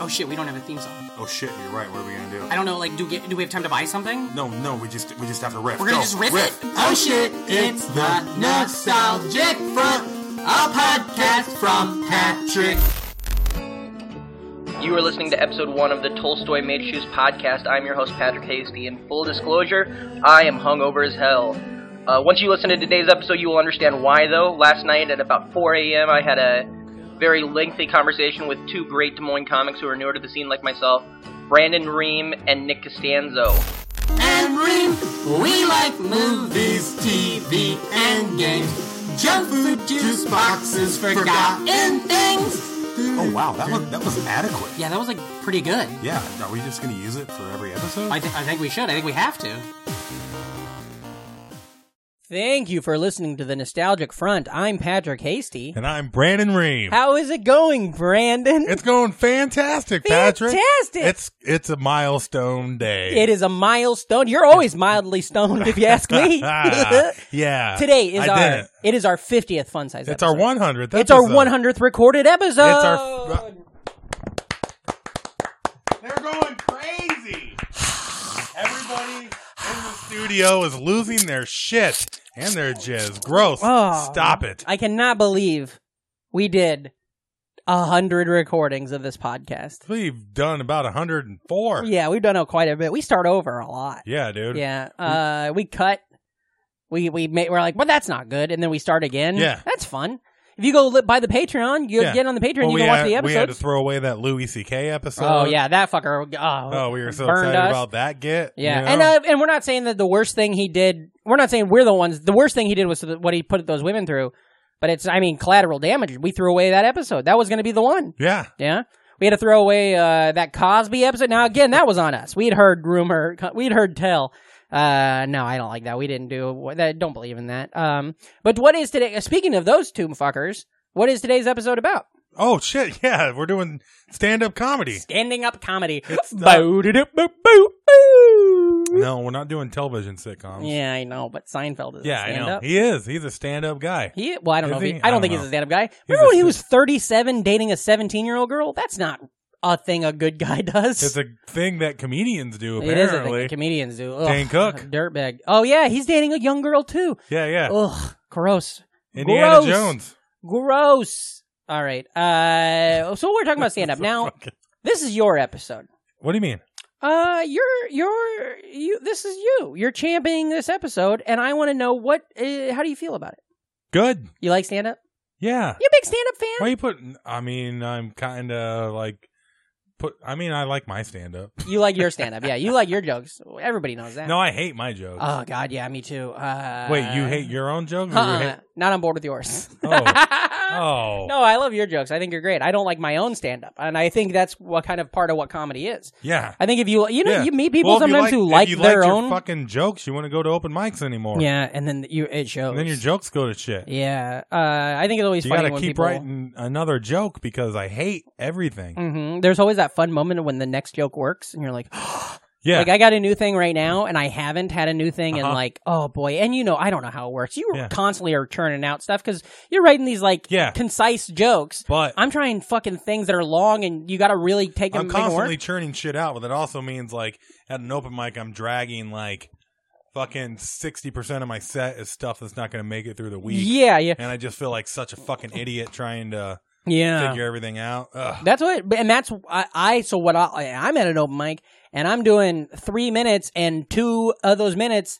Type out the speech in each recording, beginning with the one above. Oh shit, we don't have a theme song. Oh shit, you're right. What are we gonna do? I don't know. Like, do we get, do we have time to buy something? No, no, we just we just have to riff. We're gonna Go, just riff, it. Oh shit, it's the Nostalgic Front, a podcast from Patrick. You are listening to episode one of the Tolstoy Made Shoes podcast. I'm your host, Patrick Hasty. In full disclosure, I am hungover as hell. Uh, once you listen to today's episode, you will understand why, though. Last night at about 4 a.m., I had a very lengthy conversation with two great Des Moines comics who are newer to the scene, like myself Brandon Ream and Nick Costanzo. And Reem, we like movies, TV, and games. Junk food, juice boxes, forgotten things. Oh wow, that was that was adequate. Yeah, that was like pretty good. Yeah, are we just gonna use it for every episode? I, th- I think we should. I think we have to. Thank you for listening to the Nostalgic Front. I'm Patrick Hasty. And I'm Brandon Ream. How is it going, Brandon? it's going fantastic, Patrick. Fantastic. It's it's a milestone day. It is a milestone. You're always mildly stoned, if you ask me. Ah, yeah. Today is I our did it. it is our 50th fun size. It's episode. our 100th. It's our episode. 100th recorded episode. It's our. They're going crazy. Everybody in the studio is losing their shit and their jizz. Gross. Oh. Stop it. I cannot believe we did a hundred recordings of this podcast. We've done about 104. Yeah, we've done it quite a bit. We start over a lot. Yeah, dude. Mm-hmm. Yeah, uh, we cut. We we made, we're like, well, that's not good, and then we start again. Yeah. that's fun. If you go li- by the Patreon, you Yeah. get on the Patreon, Well, you we can watch had- the We had to episodes. throw away that Louis C.K. episode. Oh yeah, that fucker. Oh, Oh, we were so burned excited us. about that get. yeah, you and know? uh, and we're not saying that the worst thing he did. We're not saying we're the ones. The worst thing he did was the- what he put those women through. But it's, I mean, collateral damage. We threw away that episode. That was going to be the one. yeah, Yeah. We had to throw away uh, that Cosby episode. Now, again, that was on us. We had heard rumor, we had heard tell. Uh, no, I don't like that. We didn't do that. Don't believe in that. Um, but what is today? Speaking of those two fuckers, what is today's episode about? Oh shit! Yeah, we're doing stand-up comedy. Standing up comedy. not- Boo-do-do-boo-boo. No, we're not doing television sitcoms. Yeah, I know, but Seinfeld is Yeah, I stand know. up. He is. He's a stand-up guy. He, well, I don't Is know. If he, he? I don't think know. he's a stand-up guy. a Remember when he stand- was thirty-seven, dating a seventeen-year-old girl? That's not a thing a good guy does. It's a thing that comedians do. It is a thing Apparently. that comedians do. Ugh, Dane Cook. dirtbag. Oh yeah, he's dating a young girl too. yeah, yeah. Ugh, gross, Indiana Oh, gross. Jones. gross. All right. Uh, so we're talking about stand up now. Fuck. This is your episode. What do you mean? Uh, you're you're you. This is you. You're championing this episode, and I want to know what. Uh, how do you feel about it? Good. You like stand up? Yeah. You a big stand up fan? Why you putting? I mean, I'm kind of like put. I mean, I like my stand-up. You like your stand up? Yeah, you like your jokes. Everybody knows that. No, I hate my jokes. Oh God, yeah, me too. Uh, Wait, you hate your own jokes? or you Uh-uh, hate- not on board with yours. Oh, No, I love your jokes. I think you're great. I don't like my own stand up. And I think that's what kind of part of what comedy is. yeah. I think if you you know Yeah. you meet people Well, if you sometimes who like if you their liked your own fucking jokes. You want to go to open mics anymore? Yeah, and then you it shows. And then your jokes go to shit. Yeah. Uh I think it's always you funny gotta when keep people writing another joke because I hate everything. hmm There's always that fun moment when the next joke works and you're like Yeah. Like I got a new thing right now, and I haven't had a new thing, and Uh-huh. like, oh boy, and you know, I don't know how it works. You Yeah. constantly are churning out stuff because you're writing these like Yeah. concise jokes. but I'm trying fucking things that are long, and you got to really take them. I'm make 'em work. constantly churning shit out, but that also means like at an open mic, I'm dragging like fucking sixty percent of my set is stuff that's not gonna make it through the week, Yeah, yeah, and I just feel like such a fucking idiot trying to yeah. figure everything out. Ugh. That's what, but- and that's I. I so what I, I'm at an open mic, and I'm doing three minutes, and two of those minutes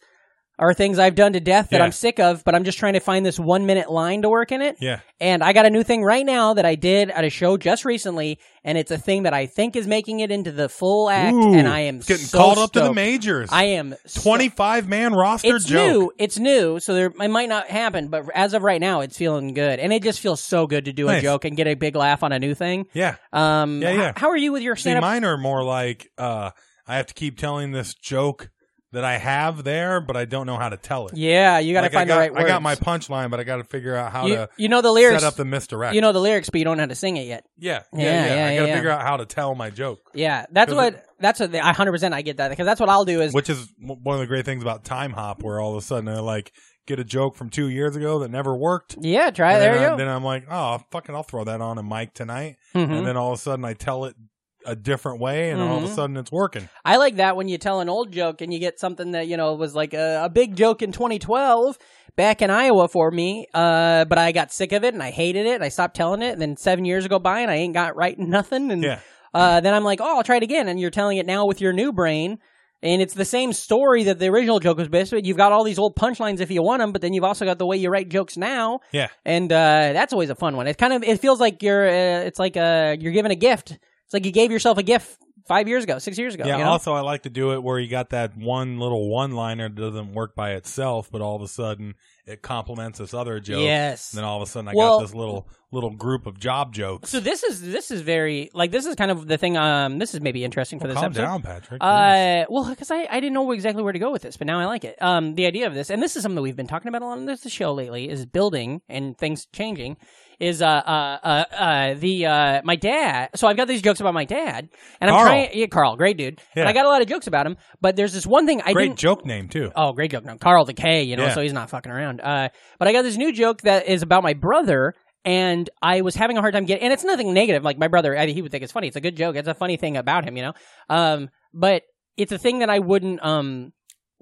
are things I've done to death that Yeah. I'm sick of. But I'm just trying to find this one minute line to work in it. Yeah. And I got a new thing right now that I did at a show just recently, and it's a thing that I think is making it into the full act, Ooh, and I am it's getting so called up to the stoked. majors. I am so- twenty-five man roster it's joke. new. It's new, so there it might not happen, but as of right now, it's feeling good, and it just feels so good to do a Nice. joke and get a big laugh on a new thing. Yeah. Um, Yeah, h- yeah. How are you with your See, stand up? mine are more like uh, I have to keep telling this joke that I have there, but I don't know how to tell it. Yeah, you got to Like, find I got, the right words. I got my punchline, but I got to figure out how you, to you know the lyrics. set up the misdirect. you know the lyrics, but you don't know how to sing it yet. yeah, yeah, Yeah, yeah. yeah, I got to yeah, figure out how to tell my joke, Yeah, that's 'Cause what. that's what. I hundred percent. I get that because that's what I'll do. Is which is w- one of the great things about Time Hop, where all of a sudden I like get a joke from two years ago that never worked. yeah, try it. and There you then, I, go. then I'm like, oh, fucking, I'll throw that on a mic tonight. Mhm. And then all of a sudden I tell it a different way, and all of a Mhm. sudden it's working. I like that when you tell an old joke and you get something that you know was like a, a big joke in 2012 back in Iowa for me, uh, but I got sick of it and I hated it. And I stopped telling it, and then seven years go by and I ain't got right nothing. And Yeah. uh, then I'm like, oh, I'll try it again, and you're telling it now with your new brain. And it's the same story that the original joke was based on. You've got all these old punchlines if you want them, but then you've also got the way you write jokes now Yeah. and uh, that's always a fun one. It kind of it feels like you're uh, it's like uh, you're given a gift. It's like you gave yourself a gift five years ago, six years ago. Yeah. you know? Also, I like to do it where you got that one little one liner that doesn't work by itself, but all of a sudden it complements this other joke. yes. And then all of a sudden I Well- got this little little group of job jokes. So this is this is very like this is kind of the thing. Um, this is maybe interesting for this Calm episode. down, Patrick. Uh, well, because I, I didn't know exactly where to go with this, but now I like it. Um, the idea of this, and this is something that we've been talking about a lot on this show lately, is building and things changing. Is uh uh uh, uh the uh my dad? So I've got these jokes about my dad, and I'm Carl. trying. Yeah, Carl, great dude. And Yeah. I got a lot of jokes about him, but there's this one thing I Great didn't. joke name too. Oh, great joke. No, Carl the K, you know, Yeah. so he's not fucking around. Uh, but I got this new joke that is about my brother, and I was having a hard time getting, and it's nothing negative. Like, my brother, I, he would think it's funny. It's a good joke. It's a funny thing about him, you know? Um, but it's a thing that I wouldn't, um,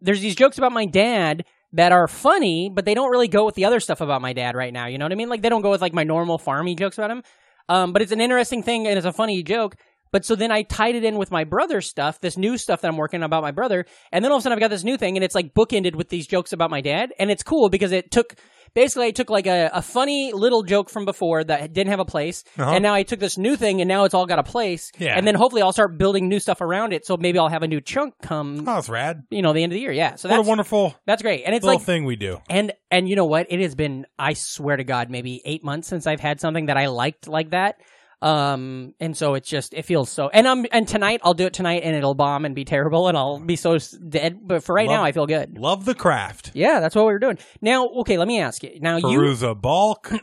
there's these jokes about my dad that are funny, but they don't really go with the other stuff about my dad right now. You know what I mean? Like, they don't go with like my normal farmy jokes about him. Um, but it's an interesting thing, and it's a funny joke. But so then I tied it in with my brother's stuff, this new stuff that I'm working on about my brother. And then all of a sudden I've got this new thing and it's like bookended with these jokes about my dad. And it's cool because it took, basically I took like a, a funny little joke from before that didn't have a place. Uh-huh. And now I took this new thing and now it's all got a place. Yeah. And then hopefully I'll start building new stuff around it. So maybe I'll have a new chunk come, Oh, that's rad. you know, the end of the year. Yeah. So What a that's, wonderful that's great. And it's little like, thing we do. and and you know what? It has been I swear to God maybe eight months since I've had something that I liked like that. Um, and so it's just it feels so. And I'm and tonight I'll do it tonight and it'll bomb and be terrible and I'll be so s- dead. But for right Love- now I feel good. Love the craft. Yeah, that's what we were doing. Now, okay, let me ask you. Now you, Peruza Balk, the,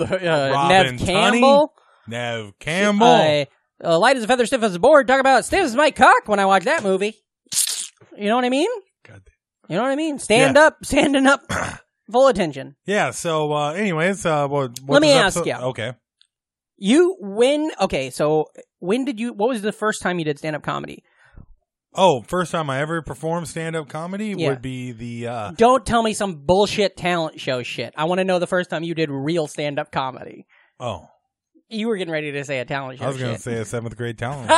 uh, Robin Nev Tunney, Campbell, Nev Campbell. uh, uh, light as a feather, stiff as a board. Talk about stiff as my cock when I watch that movie. You know what I mean? God damn. You know what I mean? Stand up, standing up, full attention. Yeah. So, uh, anyways, uh, what, what Let me this ask episode- you. Okay. You when okay, so when did you what was the first time you did stand up comedy? Oh, first time I ever performed stand up comedy Yeah. would be the uh, Don't tell me some bullshit talent show shit. I want to know the first time you did real stand up comedy. oh, You were getting ready to say a talent show. I was gonna shit. say a seventh grade talent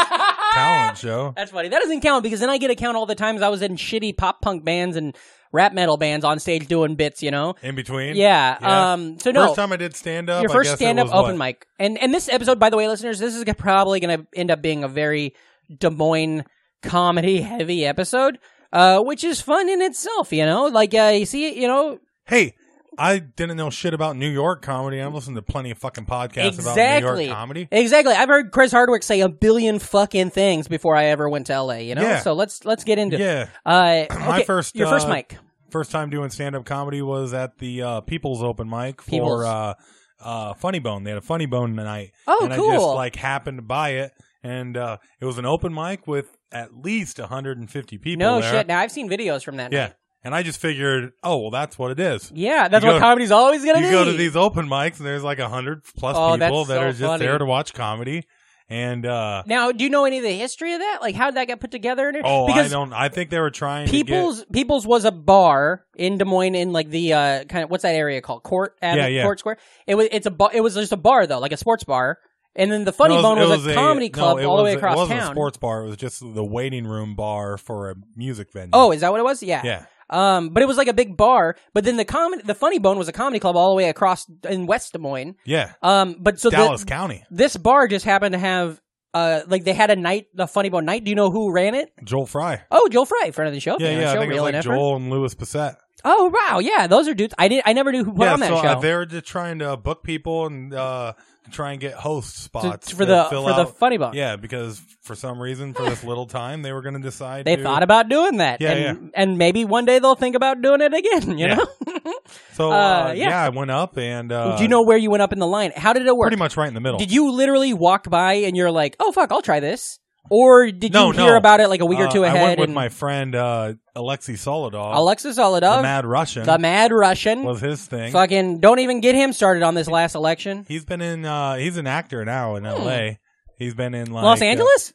talent show. That's funny. That doesn't count because then I get to count all the times I was in shitty pop punk bands and rap metal bands on stage doing bits, you know? In between, Yeah. Yeah. Um so no First time I did stand up. your first stand up open mic. And and this episode, by the way, listeners, this is g- probably going to end up being a very Des Moines comedy heavy episode, uh, which is fun in itself. You know, like uh, you see, you know, Hey, I didn't know shit about New York comedy. I've listened to plenty of fucking podcasts about New exactly York comedy. Exactly. I've heard Chris Hardwick say a billion fucking things before I ever went to L.A. You know, Yeah. so let's let's get into it. Yeah. Uh, My okay, first, your first uh, mic. First time doing stand up comedy was at the uh, People's Open Mic People's. for uh, uh, Funny Bone. They had a Funny Bone tonight. Oh, and cool. I just like happened to buy it, and uh, it was an open mic with at least 150 people. No there. shit. Now I've seen videos from that. Yeah. night. And I just figured, oh well, that's what it is. Yeah, that's You what go- comedy's always gonna you be. go to these open mics, and there's like a hundred plus Oh, that's people that so are just funny. there to watch comedy. And uh, now, do you know any of the history of that? Like, how did that get put together? oh, because I don't. I think they were trying People's People's was a bar in Des Moines in like the uh kind of what's that area called Court Ave- Yeah, yeah. Court Square. It was it's a bar. It was just a bar though, like a sports bar. And then the to get. Funny No, it Bone it was, a comedy no, club it all the way was- across It wasn't town. a sports bar. It was just the waiting room bar for a music venue. Oh, is that what it was? Yeah. yeah. Um, but it was like a big bar. But then the comedy, the Funny Bone was a comedy club all the way across in West Des Moines. Yeah. Um, but so the- Dallas County. this bar just happened to have uh like they had a night, the Funny Bone night. Do you know who ran it? Joel Fry. Oh, Joel Fry, friend of the show. Yeah, fan of the yeah. I show, think it Real was and like Effort. Joel and Louis Passett. Oh wow, yeah, those are dudes. I did. I never knew who put yeah, on that so show. uh, they're just trying to book people and uh, try and get host to- spots for the that fill for the out. funny bone. yeah, because for some reason, for this little time, they were going to decide They to- thought about doing that, Yeah, and and maybe one day they'll think about doing it again. You Yeah. know? So Uh, uh, yeah. yeah. I went up and uh, Do you know where you went up in the line? How did it work? pretty much right in the middle. Did you literally walk by and you're like, "Oh fuck, I'll try this," or did No, you hear no. about it like a week or Uh, two ahead? I went with and my friend uh, Alexei Solodov, Alexis Solodov, the Mad Russian, the Mad Russian, was his thing. fucking don't even get him started on this last election. He's been in. Uh, he's an actor now in L.A. He's been in like Hmm. Los uh, Angeles?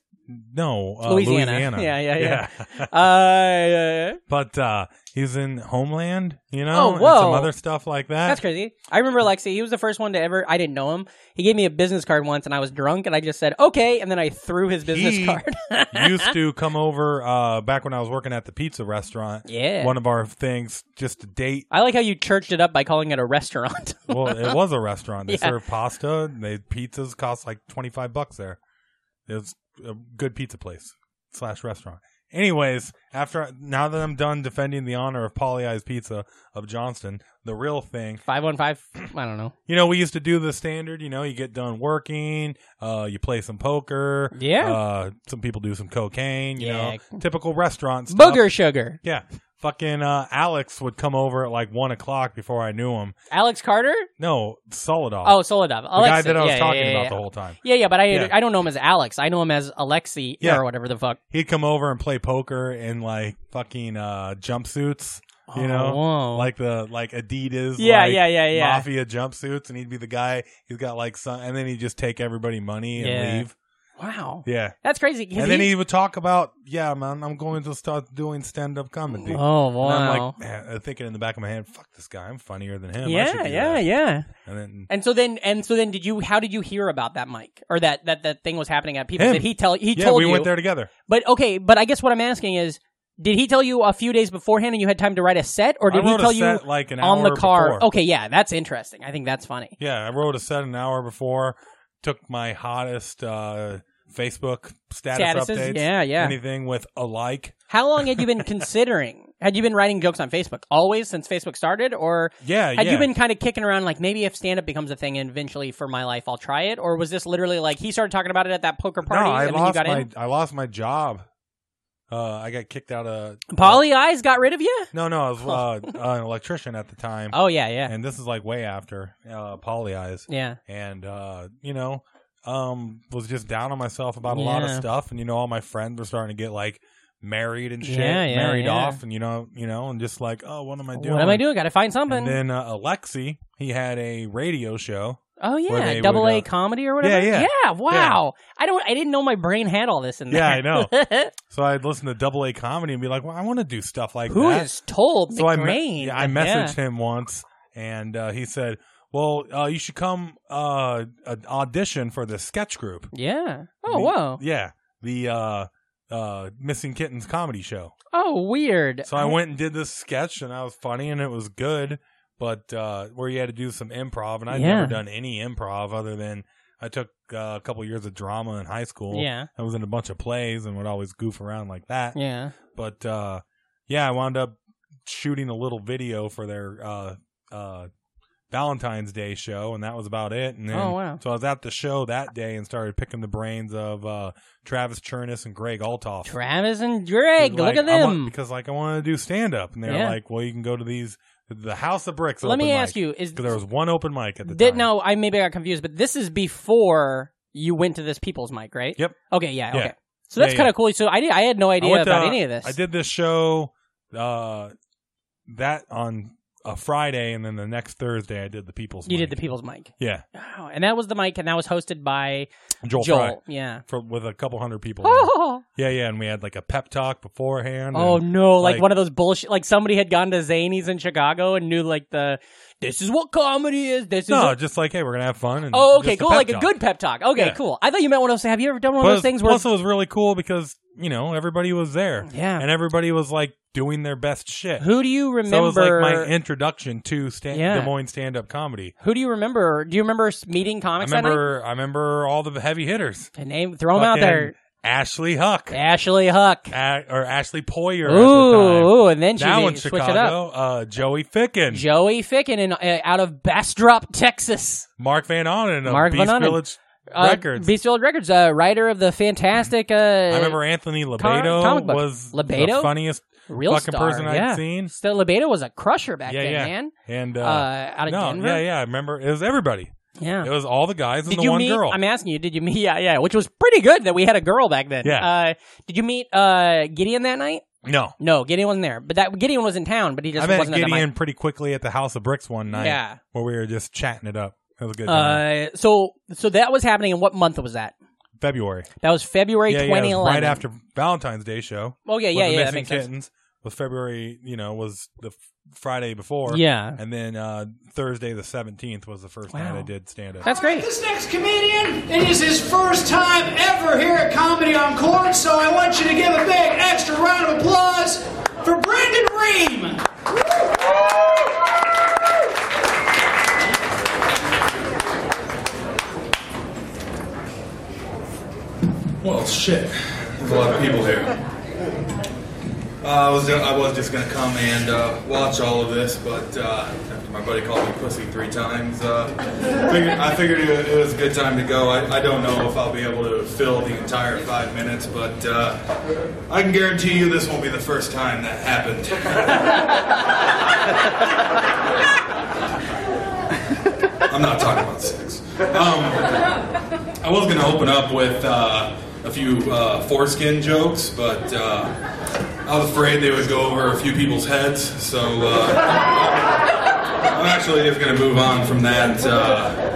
no, uh, Louisiana. Louisiana. Yeah, yeah, yeah. yeah. Uh, but uh, he's in Homeland, you Oh, know, and whoa. some other stuff like that. that's crazy. I remember Alexi. He was the first one to ever. I didn't know him. He gave me a business card once, and I was drunk, and I just said okay, and then I threw his business He- card. used to come over uh, back when I was working at the pizza restaurant. Yeah. One of our things, just to date. I like how you churched it up by calling it a restaurant. Well, it was a restaurant. They Yeah. served pasta. and They pizzas cost like twenty five bucks there. It was a good pizza place slash restaurant. Anyways, after now that I'm done defending the honor of Polly Eyes Pizza of Johnston, the real thing, Five one five. I don't know. you know, we used to do the standard. You know, you get done working, uh, you play some poker. Yeah. Uh, some people do some cocaine. You Yeah. know, typical restaurant stuff. Booger sugar. Yeah. Fucking uh, Alex would come over at like one o'clock before I knew him. Alex Carter. No, Solidov. Oh, Solodov. the guy that I was talking about the whole time. Yeah, yeah, but I Yeah. I don't know him as Alex. I know him as Alexi Yeah. or whatever the fuck. He'd come over and play poker in like fucking uh, jumpsuits, you know, Oh, whoa. like the like Adidas, Yeah, like, yeah, yeah, yeah. mafia jumpsuits, and he'd be the guy. He's got like some, and then he'd just take everybody money and Yeah. leave. wow, Yeah, that's crazy. 'cause and then he would talk about, yeah, man, I'm going to start doing stand up comedy. Oh And I'm wow. like man, I'm thinking in the back of my head, fuck this guy, I'm funnier than him. I should yeah, do yeah, that. yeah. And then And so then, and so then, did you? How did you hear about that mic or that that that thing was happening at people? Him. Did he tell? He yeah, told we you. went there together. But okay, but I guess what I'm asking is, did he tell you a few days beforehand and you had time to write a set, or did I wrote he tell a set you like an on hour the car? Oh, Before. Okay, yeah, that's interesting. I think that's funny. Yeah, I wrote a set an hour before. Took my hottest uh, Facebook status Statuses? updates. Yeah, yeah. Anything with a like. How long had you been considering? Had you been writing jokes on Facebook always since Facebook started, or Yeah, had Uh, yeah. you been kind of kicking around like maybe if stand up becomes a thing and eventually for my life I'll try it, or was this literally like he started talking about it at that poker party no, I and then you lost got my in? I lost my job. Uh, I got kicked out of Polly Eyes got rid of you? No, no, I was uh, an electrician at the time, Oh yeah, yeah, and this is like way after uh, Poly Eyes, yeah. and uh, you know, um, was just down on myself about a lot of Yeah. stuff, and you know, all my friends were starting to get like married and shit, Yeah, yeah, married yeah. off, and you know, you know, and just like, oh, what am I doing? What am I doing? Got to find something. And then uh, Alexi, he had a radio show. oh where yeah, they double would, A uh, comedy or whatever. yeah. wow. I don't. I didn't know my brain had all this in there. Yeah, I know. know. So I'd listen to Double A comedy and be like, "Well, I want to do stuff like Who that." is told? so I, me- McGrain? yeah, I messaged him once, and uh, he said, "Well, uh, you should come uh, uh, audition for the sketch group." Yeah. Yeah. Oh The- whoa. Yeah, the uh, uh, Missing Kittens comedy show. Oh weird. So I went and did this sketch, and I was funny, and it was good. But uh, where you had to do some improv, and I'd Yeah. never done any improv other than I took uh, a couple years of drama in high school. Yeah. I was in a bunch of plays and would always goof around like that. Yeah. But uh, yeah, I wound up shooting a little video for their uh, uh, Valentine's Day show, and that was about it. And then, Oh, wow. So I was at the show that day and started picking the brains of uh, Travis Churnis and Greg Altoff. Travis and Drake. Like, look at I want- them. because like I wanted to do stand up, and they Yeah. were like, "Well, you can go to these the House of Bricks." Let open me mic. ask you: Is 'Cause there was one open mic at the did time. no? I maybe I got confused, but this is before you went to this people's mic, right? Yep. Okay. Yeah. Yeah. Okay. So that's Yeah, kind of cool. So I did, I had no I idea went to- uh, about any of this. I did this show uh, that on a Friday, and then the next Thursday I did the People's. You mic. did the people's mic. yeah, Wow. And that was the mic, and that was hosted by Joel, Joel. Fry Yeah. for, with a couple hundred people. in. Oh, Yeah, yeah, and we had like a pep talk beforehand. oh and- no! Like, like- one of those bullshit. Like somebody had gone to Zany's in Chicago and knew like the this is what comedy is. This is no, what- just like hey, we're gonna have fun. And oh okay just cool pep like a talk. good pep talk. Okay Yeah. cool. I thought you meant one of those. Have you ever done one of Plus- those things where plus, it was really cool because you know everybody was there. Yeah. and everybody was like doing their best shit. Who do you remember? So it was like my introduction to stand- Yeah. Des Moines stand up comedy. who do you remember? Do you remember s- meeting I comics? that remember, I remember all the heavy hitters. night? To name, throw them out Fucking there. Ashley Huck Ashley Huck. A- or Ashley Poyer. Ooh, at ooh, and then the she time. now in switch it up. Chicago, uh, Joey Ficken, Joey Ficken in, uh, out of Bastrop, Texas. Mark Van Onen of Mark Van Beast Onen. Village Uh, Records. Beast Village Records. Uh, writer of the fantastic. Uh, I remember Anthony Lebedo comic book. was Lebedo? the funniest real fucking star, person yeah. I'd seen. Still, Lebedo was a crusher back Yeah, then, yeah. man. And uh, Uh, out of no, Denver. yeah, yeah, I remember it was everybody. Yeah. It was all the guys and Did the you one meet? girl. I'm asking you. Did you meet? Yeah, yeah. Which was pretty good that we had a girl back then. Yeah. Uh, did you meet uh, Gideon that night? no, No, Gideon wasn't there. But that Gideon was in town, but he just I met wasn't at the mic. Gideon pretty quickly at the House of Bricks one night. Yeah. where we were just chatting it up. It was a good time. Uh, so so that was happening. And what month was that? February. That was February yeah, yeah, it was 2011. right after Valentine's Day show. Oh yeah, yeah, with the yeah. That Missing makes sense. Kittens was February. You know, was the f- Friday before. Yeah. and then uh, Thursday the seventeenth was the first night I did stand up. That's great. This next comedian, it is his first time ever here at Comedy Encore, so I want you to give a big extra round of applause for Brendan Ream. Well, shit. There's a lot of people here. Uh, I was I was just gonna come and uh, watch all of this, but uh, after my buddy called me pussy three times, uh, figured, I figured it, it was a good time to go. I, I don't know if I'll be able to fill the entire five minutes, but uh, I can guarantee you this won't be the first time that happened. I'm not talking about sex. I was going to open up with uh, a few uh, foreskin jokes, but uh, I was afraid they would go over a few people's heads, so uh, I'm actually just going to move on from that. Uh,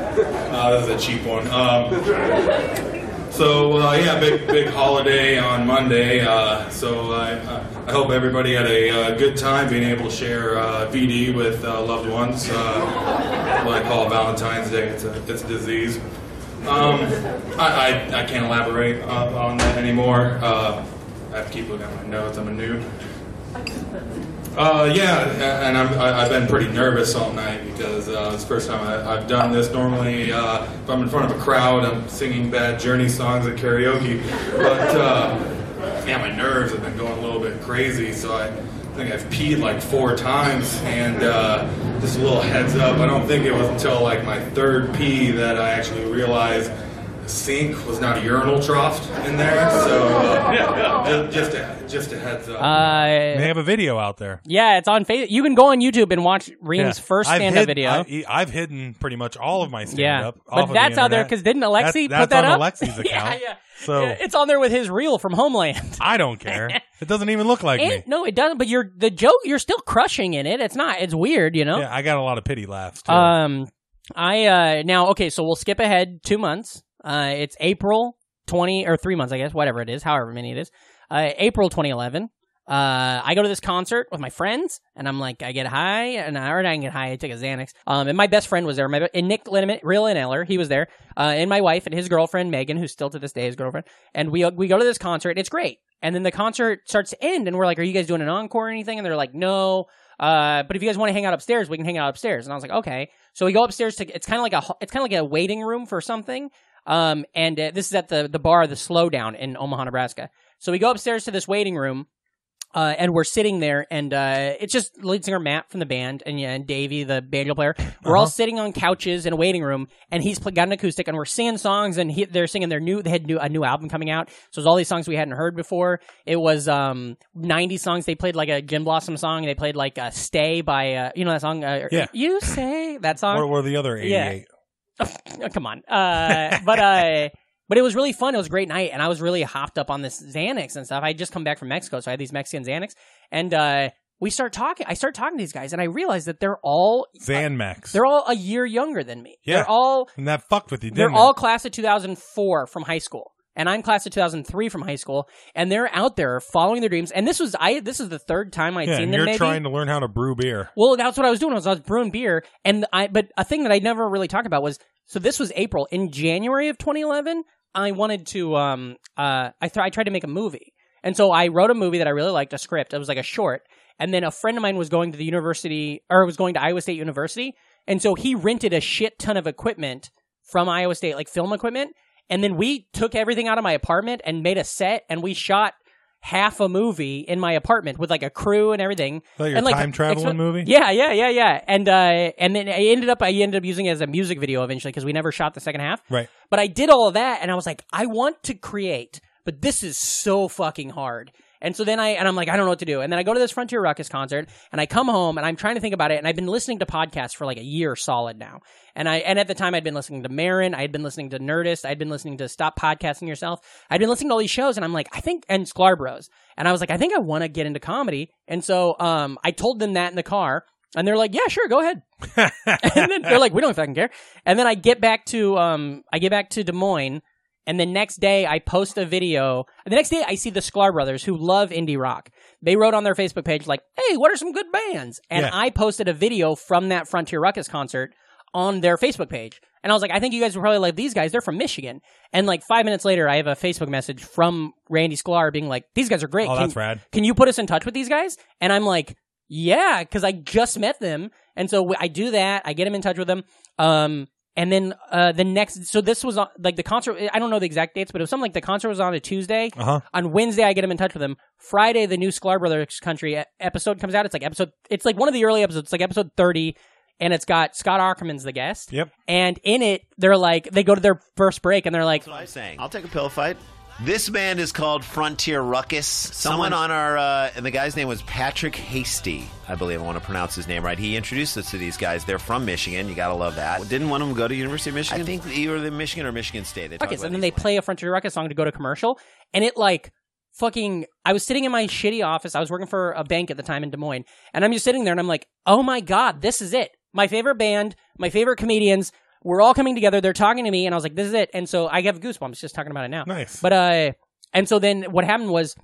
uh, this is a cheap one. Um, so uh, yeah, big big holiday on Monday. Uh, so I, I hope everybody had a uh, good time being able to share uh, VD with uh, loved ones. Uh, what I call Valentine's Day, it's a, it's a disease. Um, I, I, I can't elaborate uh, on that anymore. Uh, I have to keep looking at my notes. I'm a noob. Uh, yeah, a- and I'm, I- I've been pretty nervous all night because uh, it's the first time I, I've done this. Normally, uh, if I'm in front of a crowd, I'm singing bad Journey songs at karaoke. But uh, yeah, my nerves have been going a little bit crazy, so I think I've peed like four times. And uh, just a little heads up, I don't think it was until like my third pee that I actually realized the sink was not a urinal trough in there. So uh, ju- just a, just a heads up. Uh, They have a video out there. yeah, it's on Facebook. You can go on YouTube and watch Reem's Yeah. first I've stand-up hid- video. I, have hidden pretty much all of my yeah, stand-up. off but of that's the out there internet. because didn't Alexi That's- put that that's on up? Alexi's account. yeah, yeah. So Yeah, it's on there with his reel from Homeland. I don't care. It doesn't even look like me. And- no, it doesn't. But you're the joke. You're still crushing in it. It's not. It's weird, you know. Yeah, I got a lot of pity laughs too. Um, I uh now okay, so we'll skip ahead two months. Uh, it's April twenty or three months, I guess, whatever it is, however many it is. Uh, April twenty eleven. Uh, I go to this concert with my friends, and I'm like, I get high, and I already I can get high. I take a Xanax. Um, and my best friend was there. My be- and Nick Linneman, real Eller, he was there. Uh, and my wife and his girlfriend Megan, who's still to this day his girlfriend. And we uh, we go to this concert. It's great. And then the concert starts to end, and we're like, Are you guys doing an encore or anything? And they're like, No. Uh, but if you guys want to hang out upstairs, we can hang out upstairs. And I was like, okay. So we go upstairs to. It's kind of like a. ho- It's kind of like a waiting room for something. Um, and uh, this is at the the bar, the Slowdown in Omaha, Nebraska. So we go upstairs to this waiting room, uh, and we're sitting there, and uh, it's just lead singer Matt from the band, and yeah, and Davey, the banjo player. We're all sitting on couches in a waiting room, and he's pl- got an acoustic, and we're singing songs, and he, they're singing their new. They had new, a new album coming out, so it was all these songs we hadn't heard before. It was um, ninety songs. They played like a Jim Blossom song, and they played like uh, "Stay" by uh, you know that song. Uh, Yeah. You say that song. or, or the other yeah. eighty-eight. Oh, come on. Uh, but uh, but it was really fun. It was a great night, and I was really hopped up on this Xanax and stuff. I had just come back from Mexico, so I had these Mexican Xanax, and uh, we start talking. I start talking to these guys, and I realized that they're all Zanmax. Uh, they're all a year younger than me. Yeah. They're all and that fucked with you, they're didn't all it? class of 2004 from high school. And I'm class of 2003 from high school, and they're out there following their dreams. And this was I. This is the third time I'd Yeah, seen and them. you're maybe. trying to learn how to brew beer. Well, that's what I was doing. Was I was brewing beer, and I. But a thing that I never really talked about was so this was April in January of 2011. I wanted to. Um. Uh. I th- I tried to make a movie, and so I wrote a movie that I really liked, a script. It was like a short, and then a friend of mine was going to the university, or was going to Iowa State University, and so he rented a shit ton of equipment from Iowa State, like film equipment, and then we took everything out of my apartment and made a set, and we shot. Half a movie in my apartment with like a crew and everything, Like your and like time traveling expe- movie? yeah, yeah, yeah, yeah. And uh, and then I ended up I ended up using it as a music video eventually because we never shot the second half. Right. But I did all of that, and I was like, I want to create, but this is so fucking hard. And so then I and I'm like, I don't know what to do. And then I go to this Frontier Ruckus concert, and I come home, and I'm trying to think about it. And I've been listening to podcasts for like a year solid now. And I and at the time I'd been listening to Marin, I had been listening to Nerdist, I'd been listening to Stop Podcasting Yourself. I'd been listening to all these shows, and I'm like, I think and Sklar Bros. And I was like, I think I want to get into comedy. And so um, I told them that in the car. And they're like, yeah, sure, go ahead. and then they're like, we don't fucking care. And then I get back to um, I get back to Des Moines, And the next day, I post a video. The next day, I see the Sklar brothers who love indie rock. They wrote on their Facebook page, like, hey, what are some good bands? And Yeah. I posted a video from that Frontier Ruckus concert on their Facebook page. And I was like, I think you guys will probably like these guys. They're from Michigan. And like five minutes later, I have a Facebook message from Randy Sklar being like, these guys are great. Oh, Can- that's rad. can you put us in touch with these guys? And I'm like, yeah, because I just met them. And so wh- I do that. I get him in touch with them. Um, and then uh, the next, so this was on, like the concert. I don't know the exact dates, but it was something like the concert was on a Tuesday. Uh-huh. On Wednesday, I get him in touch with them. Friday, the new Sklar Brothers Country e- episode comes out. It's like episode, it's like one of the early episodes. It's like episode thirty, and it's got Scott Ackerman's the guest. Yep. And in it, they're like, they go to their first break, and they're like, I'm saying. I'll take a pillow fight. This band is called Frontier Ruckus. Someone on our, uh, and the guy's name was Patrick Hasty, I believe I want to pronounce his name right. He introduced us to these guys. They're from Michigan. You got to love that. Didn't one of them go to University of Michigan? I think either the Michigan or Michigan State. They talk Ruckus, about and then these they play a Frontier Ruckus song to go to commercial, and it like fucking. I was sitting in my shitty office. I was working for a bank at the time in Des Moines, and I'm just sitting there, and I'm like, oh my god, this is it. My favorite band, my favorite comedians. We're all coming together. They're talking to me, and I was like, this is it. And so I have goosebumps just talking about it now. Nice. But uh, and so then what happened was,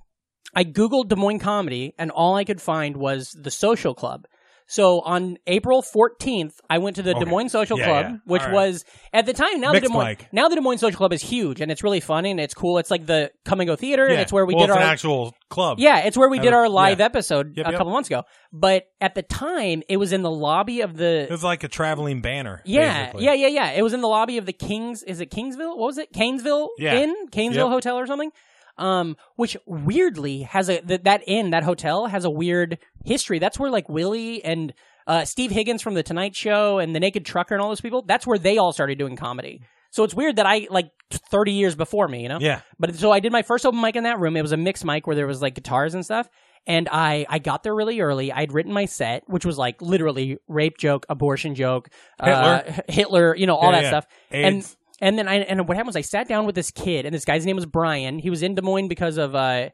I googled Des Moines comedy, and all I could find was the Social Club. So on April 14th, I went to the Des Okay. Moines Social Yeah, Club, yeah. which All right. was at the time now the Mixed Des Moines mic. now the Des Moines Social Club is huge and it's really fun and it's cool. It's like the come and go theater and Yeah. it's where we well, did it's our an actual club. yeah, it's where we Have did a- our live yeah. episode Yep, a yep. couple months ago. But at the time, it was in the lobby of the It was like a traveling banner. yeah, basically. yeah, yeah, yeah. It was in the lobby of the Kings. Is it Kingsville? What was it? Canesville Yeah. Inn, Canesville Yep. Hotel or something. Um, which weirdly has a that that inn that hotel has a weird history. That's where like Willie and uh, Steve Higgins from the Tonight Show and the Naked Trucker and all those people. That's where they all started doing comedy. So it's weird that I like thirty years before me, you know. Yeah. But so I did my first open mic in that room. It was a mixed mic where there was like guitars and stuff. And I, I got there really early. I'd written my set, which was like literally rape joke, abortion joke, uh, Hitler. Hitler, you know, all Yeah, that yeah. stuff. AIDS. And and then I and what happened was I sat down with this kid, and this guy's name was Brian. He was in Des Moines because of uh,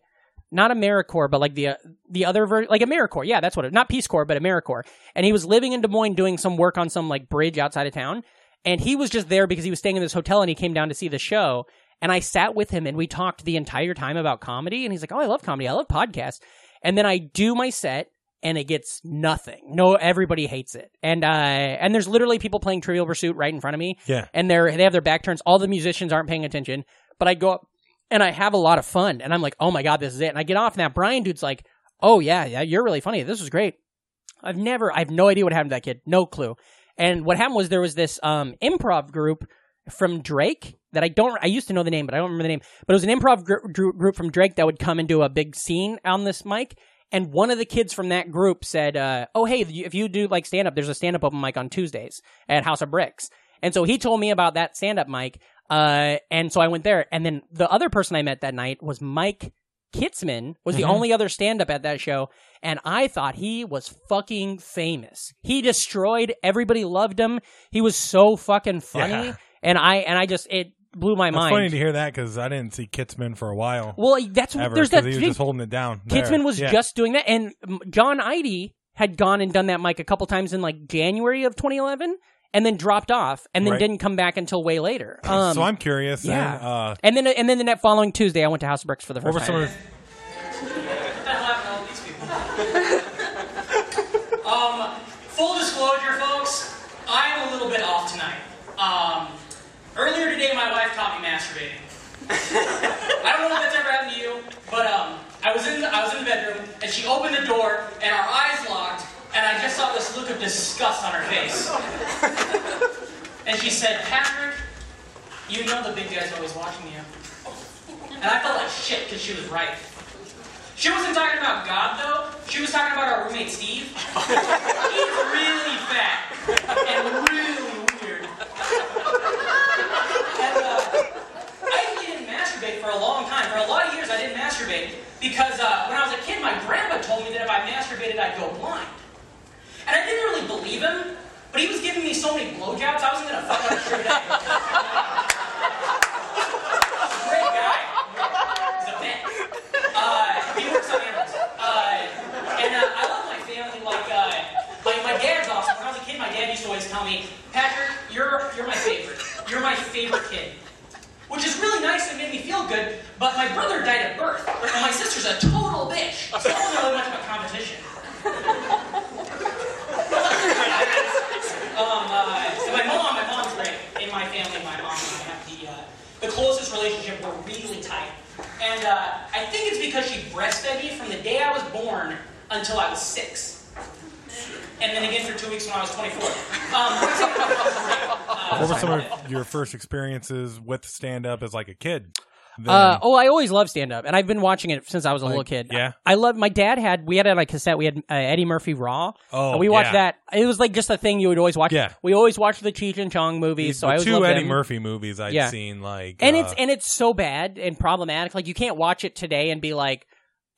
not AmeriCorps, but like the uh, the other version, like AmeriCorps. Yeah, that's what it. Not Peace Corps, but AmeriCorps. And he was living in Des Moines doing some work on some like bridge outside of town. And he was just there because he was staying in this hotel, and he came down to see the show. And I sat with him, and we talked the entire time about comedy. And he's like, "Oh, I love comedy. I love podcasts." And then I do my set, and it gets nothing. No, everybody hates it. And uh, and there's literally people playing Trivial Pursuit right in front of me. Yeah. And they're they have their back turns. All the musicians aren't paying attention. But I go up and I have a lot of fun. And I'm like, oh my god, this is it. And I get off, and that Brian dude's like, oh yeah, yeah, you're really funny. This was great. I've never, I have no idea what happened to that kid. No clue. And what happened was there was this um, improv group from Drake that I don't, I used to know the name, but I don't remember the name. But it was an improv gr- gr- group from Drake that would come and do a big scene on this mic. And one of the kids from that group said, uh, Oh, hey, if you do like stand up, there's a stand up open mic on Tuesdays at House of Bricks. And so he told me about that stand up mic. Uh, and so I went there. And then the other person I met that night was Mike Kitzman was Mm-hmm. the only other stand up at that show, and I thought he was fucking famous. He destroyed everybody loved him. He was so fucking funny. Yeah. And I and I just it blew my It's mind. funny to hear that because I didn't see Kitzman for a while. well, that's ever, there's that 'cause he was thing. just holding it down. there. Kitzman was Yeah. just doing that, and mm, John Idy had gone and done that mic a couple times in like January of 2011, and then dropped off, and then Right. didn't come back until way later. Um, so I'm curious. yeah. Then, uh, and then and then the next following Tuesday, I went to House of Bricks for the what first were time. some of? Um, Full disclosure, folks, I'm a little bit off tonight. Um, earlier today, my wife caught me masturbating. I don't know if that's ever happened to you, but um, I was in the, I was in the bedroom, and she opened the door, and our eyes locked, and I just saw this look of disgust on her face. and she said, "Patrick, you know the big guy's always watching you." And I felt like shit because she was right. She wasn't talking about God though. She was talking about our roommate Steve. He's really fat and really weird. And, uh, I didn't masturbate for a long time. For a lot of years, I didn't masturbate because uh, when I was a kid, my grandpa told me that if I masturbated, I'd go blind. And I didn't really believe him, but he was giving me so many blowjobs, I wasn't gonna fuck up sure that. Great guy. He's a man. Uh, he works on animals. Uh, and uh, I love my family. Like, uh, like my dad's awesome. When I was a kid, my dad used to always tell me, Patrick, you're you're my favorite. You're my favorite kid. Which is really nice But my brother died at birth, and my sister's a total bitch. So that wasn't really much of a competition. um, uh, so my mom, my mom's great. In my family, my mom and I have the uh, the closest relationship. We're really tight, and uh, I think it's because she breastfed me from the day I was born until I was six. And then again for two weeks when I was 24. Um, uh, What were some of your first experiences with stand up as like a kid? Then- Uh, oh, I always loved stand up, and I've been watching it since I was a little kid. Um, yeah? I love. My dad had we had it on a cassette. We had uh, Eddie Murphy Raw. Oh, And we watched yeah. that. It was like just a thing you would always watch. Yeah. we always watched the Cheech and Chong movies. so I the always two loved Eddie them. Murphy movies I'd Yeah. seen like and uh, it's and it's so bad and problematic. Like you can't watch it today and be like,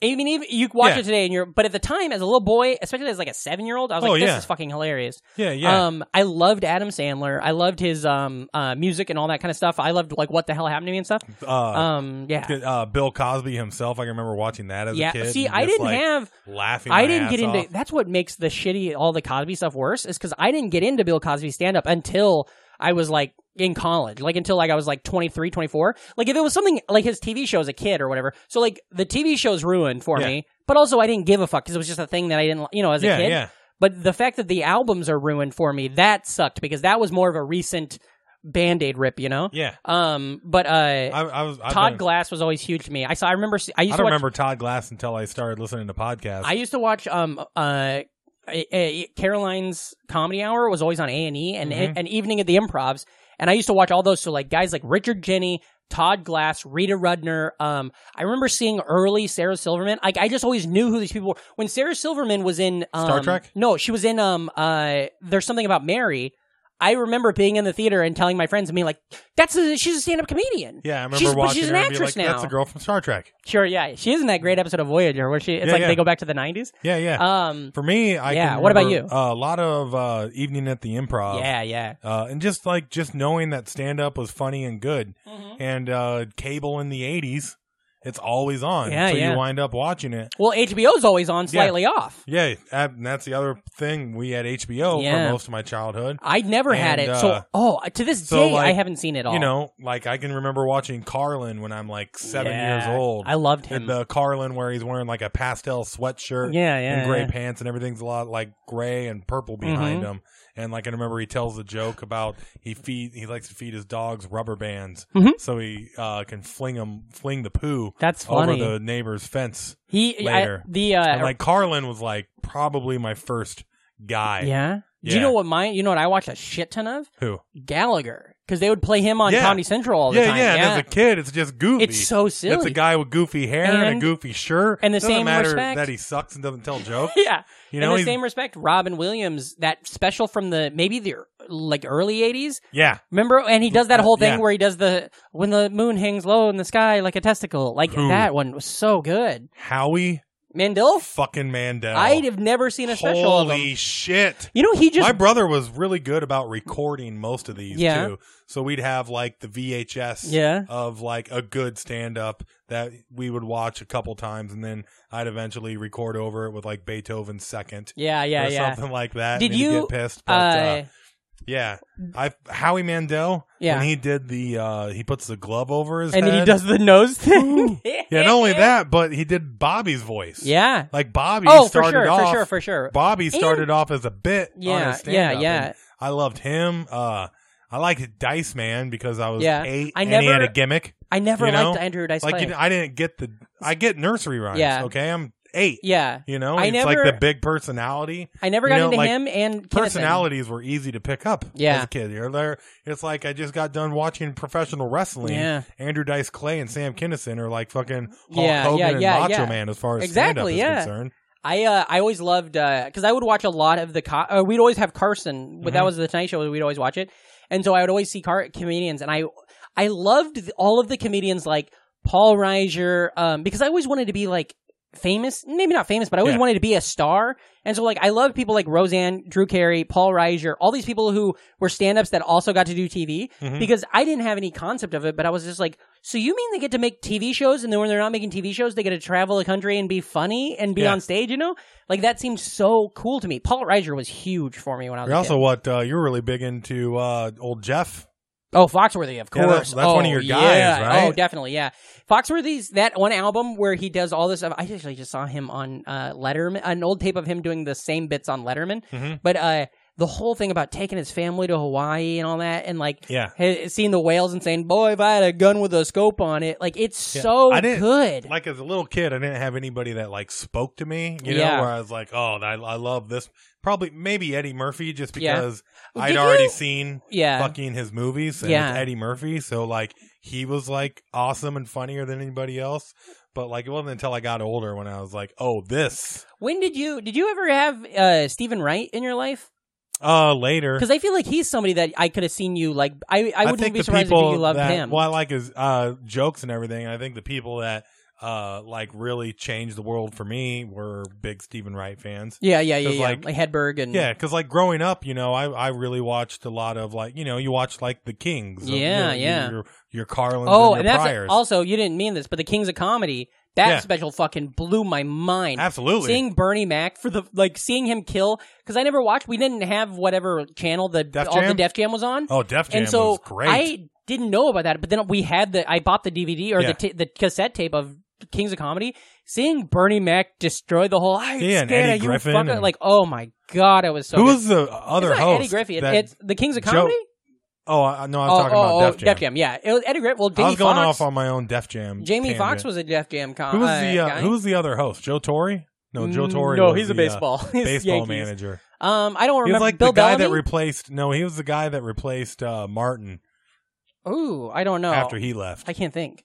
I mean, even you watch Yeah. it today and you're. But at the time, as a little boy, especially as like a seven year old, I was Oh, like, this yeah. is fucking hilarious. yeah yeah Um, I loved Adam Sandler. I loved his um uh music and all that kind of stuff. I loved like what the hell happened to me and stuff. uh, Um, yeah. uh, Bill Cosby himself I can remember watching that as Yeah. a kid See, and I just, didn't like, have laughing I my didn't ass get into. off. That's what makes the shitty all the Cosby stuff worse is because I didn't get into Bill Cosby stand up until I was like in college, like until like I was like 23, 24. Like if it was something like his TV show as a kid or whatever. So like the TV show's ruined for Yeah. me, but also I didn't give a fuck because it was just a thing that I didn't, li- you know, as a Yeah, kid. yeah. But the fact that the albums are ruined for me, that sucked because that was more of a recent band aid rip, you know. yeah Um, but uh, I, I was I've Todd been- Glass was always huge to me. I saw. I remember. se- I used to I don't watch remember Todd Glass until I started listening to podcasts I used to watch um uh. A, a, Caroline's Comedy Hour was always on A and E, and Mm-hmm. an evening at the Improvs, and I used to watch all those. So like guys like Richard Jenny, Todd Glass, Rita Rudner. Um, I remember seeing early Sarah Silverman. Like I just always knew who these people were. When Sarah Silverman was in um, Star Trek? no, she was in um uh. There's something about Mary. I remember being in the theater and telling my friends and being like, "That's a she's a stand up comedian." yeah I remember she's, but watching she's an her and be actress like, now. that's the girl from Star Trek Sure, yeah, she is in that great episode of Voyager where she it's Yeah, like yeah. they go back to the '90s. yeah yeah Um, for me I yeah, can what about remember, you? uh, a lot of uh, evening at the improv yeah, yeah. uh, and just like just knowing that stand up was funny and good Mm-hmm. and uh, cable in the 80s it's always on Yeah, so yeah. you wind up watching it Well, HBO's always on Yeah. slightly off. yeah that- and that's the other thing we had HBO Yeah. for most of my childhood I never had And, it. uh, so, oh, to this so, day, I like, haven't seen it all. you know like I can remember watching Carlin when I'm like seven Yeah. years old I loved And him. the Carlin where he's wearing like a pastel sweatshirt Yeah, yeah, and gray yeah. Mm-hmm. pants and everything's a lot like gray and purple behind him and like I remember he tells a joke about he feed he likes to feed his dogs rubber bands so he uh, can fling him fling the poo Mm-hmm. That's funny. over the neighbor's fence he I- later. the uh, and like Carlin was like probably my first guy yeah. Do you Yeah. know what my you know what I watched a shit ton of who Gallagher because they would play him on Yeah. Comedy Central all the yeah time. yeah, and as a kid it's just goofy It's so it's silly. a guy with goofy hair and, And- a goofy shirt and the doesn't same matter respect- that he sucks and doesn't tell jokes yeah. You know, in the he's- same respect, Robin Williams, that special from the maybe the like early '80s, yeah Remember, and he does that whole thing Yeah. where he does the when the moon hangs low in the sky like a testicle. Like Who? that one was so good. Howie Mandel, fucking Mandel. I have never seen a special of Oh. Holy him. shit. You know, he just My brother was really good about recording most of these Yeah. too. So we'd have like the VHS Yeah. of like a good stand up that we would watch a couple times and then I'd eventually record over it with like Beethoven's second. yeah, yeah, or yeah. something like that. Did and he'd you? get pissed? But, uh, uh, yeah, I Howie Mandel. Yeah. when he did the, uh, he puts the glove over his and head. then he does the nose thing. Yeah, not only that, but he did Bobby's voice. yeah. Like Bobby Oh, for started sure, for off, sure, for sure. Bobby And- started off as a bit. on Yeah, his yeah, stand-up, yeah. and I loved him. Uh, I liked Dice Man because I was Yeah. eight I and he had never- a gimmick. I never you know? liked Andrew Dice like Clay. you know, I didn't get the. I get nursery rhymes. Yeah. Okay, I'm eight. yeah, You know, I it's never- like the big personality. I never You got know, into like, him and Kinnison. Personalities were easy to pick up Yeah. as a kid. You're there. It's like I just got done watching professional wrestling. Yeah. Andrew Dice Clay and Sam Kinison are like fucking Hulk Yeah, Hogan yeah, and yeah, Macho yeah. Man as far as Exactly, stand-up yeah. is concerned. I uh, I always loved because I would watch a lot of the co- uh, we'd always have Carson, but Mm-hmm. that was the Tonight Show. We'd always watch it, and so I would always see car- comedians, and I I loved th- all of the comedians like Paul Reiser, um, because I always wanted to be like famous, maybe not famous, but I always Yeah. wanted to be a star, and so like I loved people like Roseanne, Drew Carey, Paul Reiser, all these people who were stand-ups that also got to do TV Mm-hmm. because I didn't have any concept of it, but I was just like. So you mean they get to make TV shows, and then when they're not making TV shows, they get to travel the country and be funny and be Yeah. on stage? You know, like that seemed so cool to me. Paul Reiser was huge for me when I was You're a also kid. what uh, you're really big into uh, old Jeff Oh, Foxworthy, of Yeah, course. that's- that's oh, one of your guys, yeah. right? Oh, definitely, yeah. Foxworthy's that one album where he does all this. I actually just saw him on uh, Letterman, an old tape of him doing the same bits on Letterman. Mm-hmm. But uh, the whole thing about taking his family to Hawaii and all that, and like Yeah. he- seeing the whales and saying, "Boy, if I had a gun with a scope on it," like it's Yeah. so I didn't- good. Like as a little kid, I didn't have anybody that like spoke to me. You know, Yeah. where I was like, oh, I, I love this. Probably maybe Eddie Murphy, just Yeah. because Well, I'd did already you- seen Yeah. fucking his movies and Yeah. it's Eddie Murphy, so like he was like awesome and funnier than anybody else. But like it wasn't until I got older when I was like, oh, this. when did you did you ever have uh, Stephen Wright in your life? Uh, later. Because I feel like he's somebody that I could have seen you like. I I wouldn't think be the surprised if people you loved that, him. What I like is uh, jokes and everything. I think the people that uh, like really changed the world for me were big Stephen Wright fans. Yeah, yeah, yeah, 'Cause, yeah. Like, like- Hedberg and Yeah, because like growing up, you know, I I really watched a lot of like you know you watch like the Kings. of- Yeah, your, yeah. Your, your Carlins. Oh, and, and your that's Pryors. also you didn't mean this, but the Kings of Comedy that Yeah. special fucking blew my mind. Absolutely. seeing Bernie Mac for the like seeing him kill because I never watched. We didn't have whatever channel the Def all the Jam? Def Jam was on. Oh, Def Jam and so was great. I didn't know about that, but then we had the I bought the DVD or Yeah. the ta- the cassette tape of Kings of Comedy. Seeing Bernie Mac destroy the whole I Yeah, and Eddie you Griffin fucker," and- like oh my god, I was so Who good. was the other it's not host? Eddie Griffin. that- It's the Kings of Joe- Comedy. oh, I, no, I'm oh, talking oh, about oh, Def Jam. Yeah, it was Eddie Griffin. Well, I Jamie was going Foxx- off on my own Def Jam. Jamie tangent. Fox was a Def Jam con- Who was uh, the uh, guy. Who was the other host? Joe Torre? No, Joe Mm, Torre. no, was he's a the, uh, baseball. He's baseball Yankees. manager. Um, I don't He was remember. like Bill the guy that Bellamy? replaced. No, he was the guy that replaced uh, Martin Ooh, I don't know. after he left. Oh. I can't think.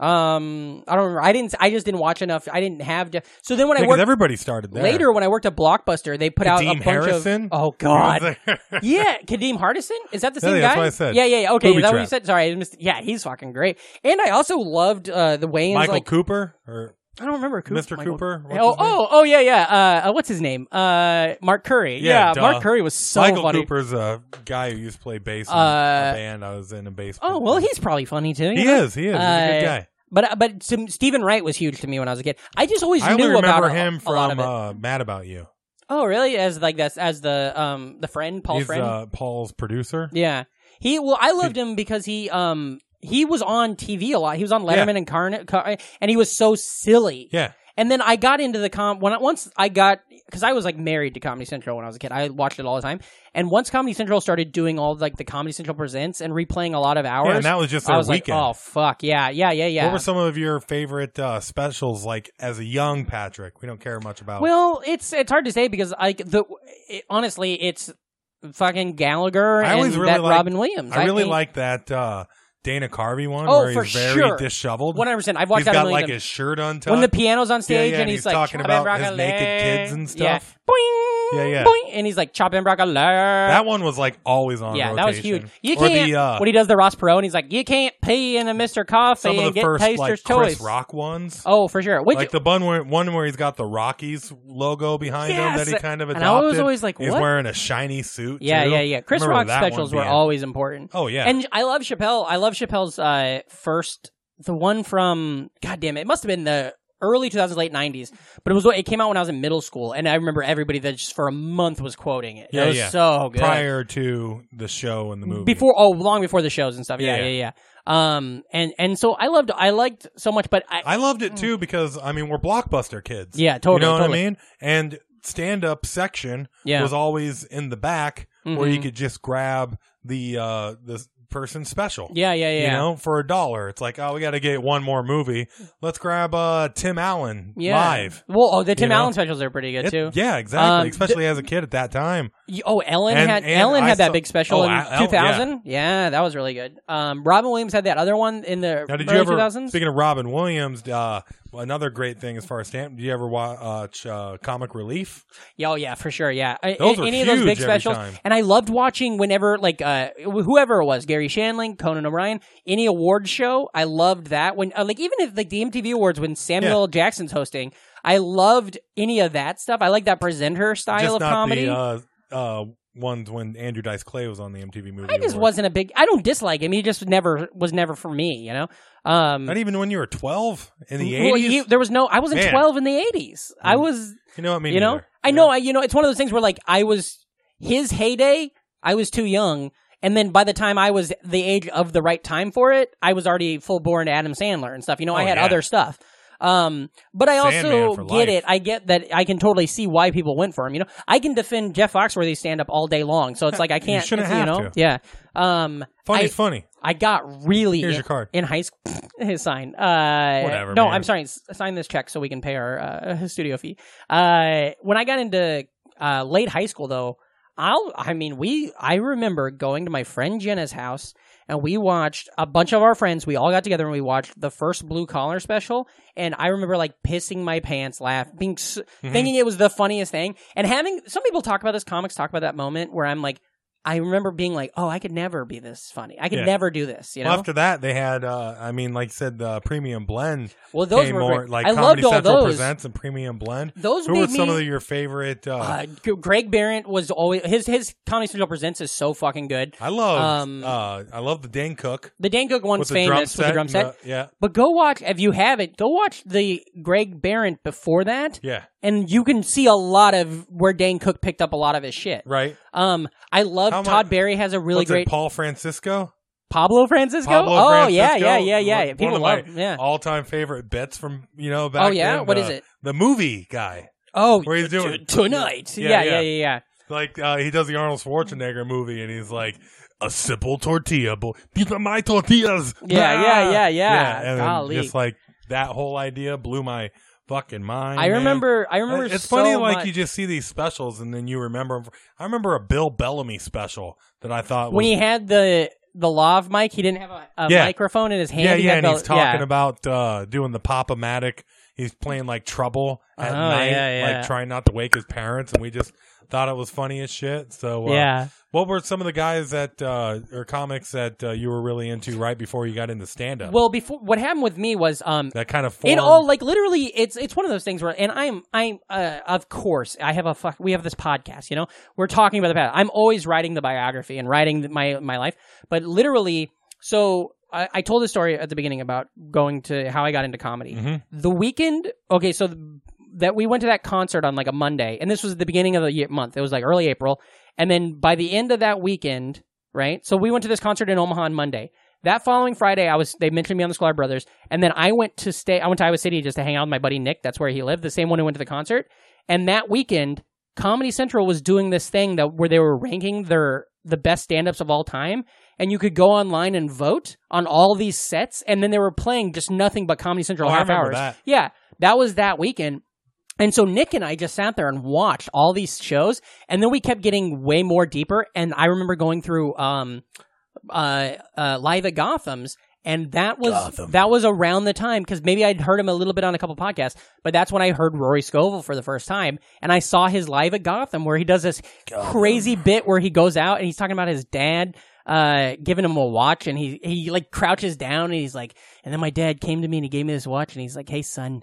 Um, I don't remember. I didn't. I just didn't watch enough. I didn't have. Def- so then when I because worked everybody started there. later, when I worked at Blockbuster, they put out a Kadeem bunch Harrison. of. Oh He was God. there. yeah, Kadeem Hardison is that the Yeah, same that's guy? what I said. Yeah, yeah, yeah. Okay, Booby is that what you trap. said? Sorry, I missed. Yeah, he's fucking great. And I also loved uh, the Wayans. Michael like, Cooper or I don't remember Coop, Mr. Michael- Cooper? What's Oh, his name? oh, oh, yeah, yeah. Uh, uh, what's his name? Uh, Mark Curry. Yeah, duh. Mark Curry was so Michael funny. Cooper's a guy who used to play bass in Uh, a band. I was in a bass. Oh band. well, he's probably funny too. you He know? is. He is. He's a Uh, good guy. But but some, Stephen Wright was huge to me when I was a kid. I just always I knew only remember about a- him a lot of it. from uh, Mad About You. oh really? As like that's as the um the friend Paul he's friend. Uh, Paul's producer. yeah. He well I loved him because he um he was on TV a lot. He was on Letterman and Carn- Car- and he was so silly. Yeah. And then I got into the com when I, once I got because I was like married to Comedy Central when I was a kid. I watched it all the time. And once Comedy Central started doing all like the Comedy Central presents and replaying a lot of hours, Yeah, and that was just I their was weekend. like, oh fuck, yeah, yeah, yeah, yeah. What were some of your favorite uh, specials? Like as a young Patrick, we don't care much about. Well, it's it's hard to say because like the it, honestly, it's fucking Gallagher I always and really that liked- Robin Williams. I really think- like that uh, Dana Carvey one Oh, where he's for very sure. disheveled. 100%. I've watched He's that a got million like times. his shirt untucked. when the piano's on stage yeah, and and he's, he's like talking "Chop about and his broccoli." naked kids and stuff. Yeah, boing, Yeah, yeah. boing, and he's like chopping broccoli. that one was like always on. yeah, rotation. that was huge. You Or can't the, uh, when he does the Ross Perot and he's like, you can't pee in a Mister Coffee some of and the get first taster's like choice. Chris Rock ones. Oh, for sure. Which like the bun where, one where he's got the Rockies logo behind Yes! him that he kind of And adopted. I was always like, he's what? wearing a shiny suit. Yeah, too. yeah, yeah. Chris Remember Rock that one specials were being- always important. Oh, yeah. and I love Chappelle. I love Chappelle's uh, first, the one from God damn it, it must have been the early 2000s, late 90s, but it was it came out when I was in middle school, and I remember everybody that just for a month was quoting it. Yeah, it was yeah. so good. prior to the show and the movie. before, oh, long before the shows and stuff. Yeah, yeah, Yeah, yeah. yeah. Um, and and so I loved, I liked so much, but I, I loved it too because I mean we're blockbuster kids. Yeah, totally, You know what totally. I mean? And stand up section Yeah. Mm-hmm. was always in the back where you could just grab the uh the person special. yeah, yeah, yeah. You know, for a dollar. It's like, oh, we gotta get one more movie. Let's grab uh Tim Allen yeah. live. Well, oh, the Tim know? Allen specials are pretty good It- too. yeah, exactly. Um, Especially as a kid at that time. Y- Oh, Ellen And- had and Ellen I had that saw- big special oh, in I- Ellen- two thousand. Yeah. that was really good. Um, Robin Williams had that other one in the Now, did you early ever? two thousands. Speaking of Robin Williams, uh, another great thing as far as stand, did you ever watch uh, Comic Relief? Yeah, oh yeah, for sure. Yeah, I- Those a- were any of those huge big every specials. time. And I loved watching whenever like uh, wh- whoever it was, Gary Shandling, Conan O'Brien, any award show. I loved that when uh, like even if like the MTV Awards when Samuel L. Jackson's hosting. I loved any of that stuff. I like that presenter style Just of not comedy. the uh, uh, ones when Andrew Dice Clay was on the MTV movie. I just Awards. wasn't a big. I don't dislike him. He just never was never for me. You know. Um, Not even when you were twelve in the Well, eighties. you- there was no. I wasn't Man. twelve in the eighties. I was. you know what I mean? You know. neither. I know. I. You know. It's one of those things where like I was his heyday. I was too young, And then by the time I was the age of the right time for it, I was already full born Adam Sandler and stuff. You know, I Oh, had yeah. other stuff. Um, but I Sandman also for get life. it. I get that I can totally see why people went for him. You know, I can defend Jeff Foxworthy's stand up all day long. So it's like I can't. shouldn't it's, you have know, to. yeah. Um, Funny's I- funny. I got really Here's in, your card. in high school. his sign. Uh, Whatever, No, man. I'm sorry. s- Sign this check so we can pay our uh, studio fee. Uh, when I got into uh, late high school, though, I'll. I mean, we. I remember going to my friend Jenna's house, and we watched a bunch of our friends. We all got together and we watched the first Blue Collar special. And I remember like pissing my pants, laugh, being s Mm-hmm. thinking it was the funniest thing, and having some people talk about this. Comics talk about that moment where I'm like. I remember being like, "Oh, I could never be this funny. I could Yeah. never do this." You know, Well, after that, they had, uh, I mean, like you said, the premium blend. Well, those came were more, great. like I Comedy loved all Central those. presents and premium blend. Those Who were made some me- of your favorite? Uh, Uh, G- Greg Barrett was always his his Comedy Central presents is so fucking good. I love, um, uh, I love the Dane Cook The Dan Cook one's with the drum famous with set. the drum and set. the- yeah, But go watch if you haven't. Go watch the Greg Barrett before that, yeah, and you can see a lot of where Dan Cook picked up a lot of his shit. right. Um, I love How am I- Todd Barry has a really What's great it, Paul Francisco. Pablo Francisco. Pablo oh Francisco, yeah, yeah, yeah, yeah. one- one People of love my him, yeah. all-time favorite bits from you know back. Oh, yeah? then, What the, is it? The movie guy. Oh, What he's t- doing. tonight? Yeah, Yeah, yeah, yeah. yeah, yeah. Like uh, he does the Arnold Schwarzenegger movie, and he's like a simple tortilla, but these are my tortillas. Ah! Yeah, yeah, yeah, yeah. and then Golly. just like that whole idea blew my fucking mind. I man. remember. I remember. It's so funny, like much. you just see these specials, and then you remember. 'em. I remember a Bill Bellamy special that I thought when was he had the the lav mic, he didn't have a, a Yeah. microphone in his hand. yeah, He yeah, had and the- he's talking yeah. about uh, doing the Pop-O-Matic. He's playing like trouble at Oh, night, yeah, yeah. like trying not to wake his parents, and we just thought it was funny as shit. So, uh, Yeah. what were some of the guys that uh, or comics that uh, you were really into right before you got into stand-up? Well, before what happened with me was um, that kind of formed, it all like literally it's it's one of those things where and I'm I'm uh, of course I have a fuck we have this podcast you know we're talking about the past I'm always writing the biography and writing my my life but literally so I, I told the story at the beginning about going to how I got into comedy the weekend okay so the, that we went to that concert on like a Monday and this was the beginning of the year, month it was like early April and then by the end of that weekend right? So we went to this concert in Omaha on Monday. That following Friday, I was they mentioned me on the Sklar Brothers, and then I went to stay. I went to Iowa City just to hang out with my buddy Nick. That's where he lived, the same one who went to the concert. And that weekend, Comedy Central was doing this thing that where they were ranking their the best stand-ups of all time, and you could go online and vote on all these sets, and then they were playing just nothing but Comedy Central Oh, I half remember hours. that. Yeah, that was that weekend. And so Nick and I just sat there and watched all these shows, and then we kept getting way more deeper. And I remember going through um, uh, uh, live at Gotham's, and that was that was around the time because maybe I'd heard him a little bit on a couple podcasts, but that's when I heard Rory Scovel for the first time, and I saw his live at Gotham where he does this crazy bit where he goes out and he's talking about his dad uh giving him a watch and he he like crouches down and he's like and then my dad came to me and he gave me this watch and he's like hey son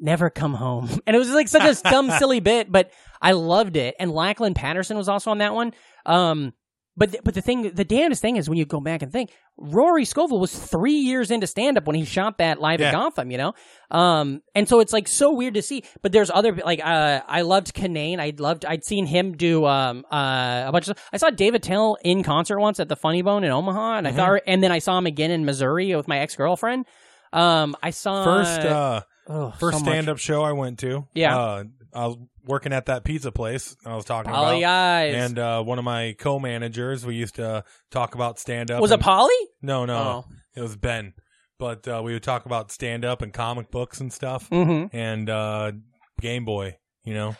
never come home. And it was like such a dumb, silly bit, but I loved it. And Lackland Patterson was also on that one. Um, but th- but the thing, the damnedest thing is when you go back and think, Rory Scovel was three years into stand up when he shot that live Yeah. at Gotham, you know. Um, and so it's like so weird to see. But there's other like uh, I loved Kanane. I loved. I'd seen him do um uh a bunch of. I saw David Tell in concert once at the Funny Bone in Omaha, and I Mm-hmm. thought, and then I saw him again in Missouri with my ex girlfriend. Um, I saw first uh, ugh, first so much. stand-up show I went to. Yeah. uh, I was working at that pizza place. I was talking Polly about. Eyes. And uh, one of my co-managers, we used to talk about stand-up. was and- it Polly? No, uh, no, Oh. it was Ben. But uh, we would talk about stand-up and comic books and stuff, Mm-hmm. and uh, Game Boy. You know,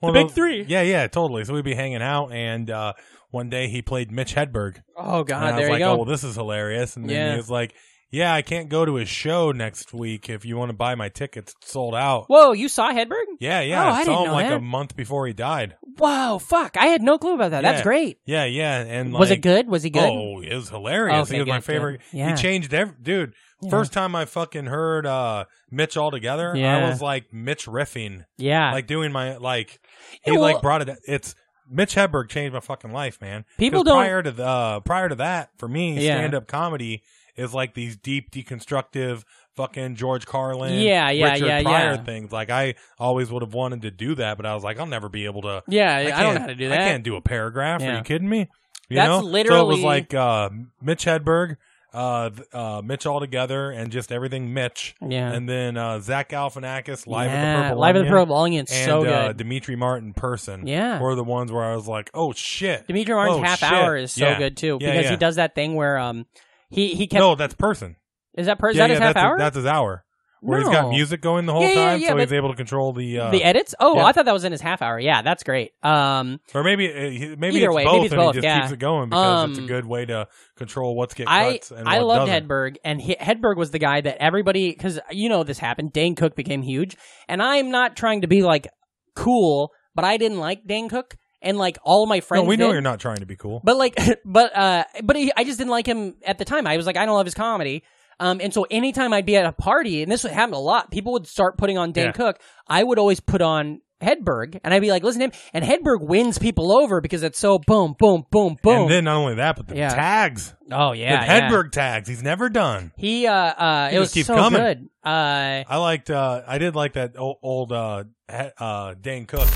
One big of those- three. Yeah, yeah, totally. So we'd be hanging out, and uh, one day he played Mitch Hedberg. Oh And I God, was there you like, go. oh, well, this is hilarious. And then Yeah. he was like, yeah, I can't go to his show next week. If you want to buy my tickets, it's sold out. Whoa, you saw Hedberg? Yeah, yeah. Oh, I I saw didn't him know like that. a month before he died. Wow, fuck! I had no clue about that. That's Yeah. great. Yeah, yeah. And was like, it good? Was he good? Oh, it was hilarious. Okay, he was my good, favorite. good. Yeah. He changed every dude. First time I fucking heard uh Mitch altogether, I Yeah. Ah. was like Mitch riffing, yeah. like doing my like he Yeah, well- like brought it. It's Mitch Hedberg changed my fucking life, man. People 'Cause don't- prior to the uh, prior to that for me Yeah. stand up comedy is like these deep deconstructive fucking George Carlin, Yeah, yeah, Richard yeah, Pryor yeah. things. Like I always would have wanted to do that, but I was like, I'll never be able to. yeah, I I, can't- don't know how to do that. I can't do a paragraph. Are Yeah. you kidding me? You That's know? So it literally- was like uh, Mitch Hedberg, uh, th- uh, Mitch all together, and just everything Mitch. Yeah. And then uh, Zach Galifianakis live at the yeah, Purple live at the Onion, Purple Onion, and so good. Uh, Dimitri Martin person. Yeah. Were the ones where I was like, oh shit. Dimitri Martin's Oh, half shit. hour is so Yeah. good too Yeah, because yeah. he does that thing where um he he kept No, that's person. is that per, is yeah, that his yeah, half that's hour that's his hour. Where he's No. got music going the whole Yeah, yeah, time, yeah, so he's but- able to control the uh, the edits. Oh, yeah. I thought that was in his half hour. Yeah, that's great. Um, or maybe uh, he- maybe Either it's way, both, maybe it's and both, he just yeah. keeps it going because it's a Um, good way to control what's getting I cuts and I what loved doesn't. Hedberg, and he, Hedberg was the guy that everybody because you know this happened. Dane Cook became huge, and I'm not trying to be like cool, but I didn't like Dane Cook, and like all my friends. No, we know did. you're not trying to be cool. But like, but uh, but he, I just didn't like him at the time. I was like, I don't love his comedy. Um, and so anytime I'd be at a party, and this would happen a lot, people would start putting on Dan Yeah. Cook. I would always put on Hedberg, and I'd be like, listen to him. And Hedberg wins people over because it's so boom, boom, boom, boom. And then not only that, but the Yeah. tags, oh yeah, the yeah. Hedberg tags. He's never done. He uh, uh, He it just was keeps so coming. good. Uh, I liked. uh I did like that old, old uh, he- uh Dane Cook.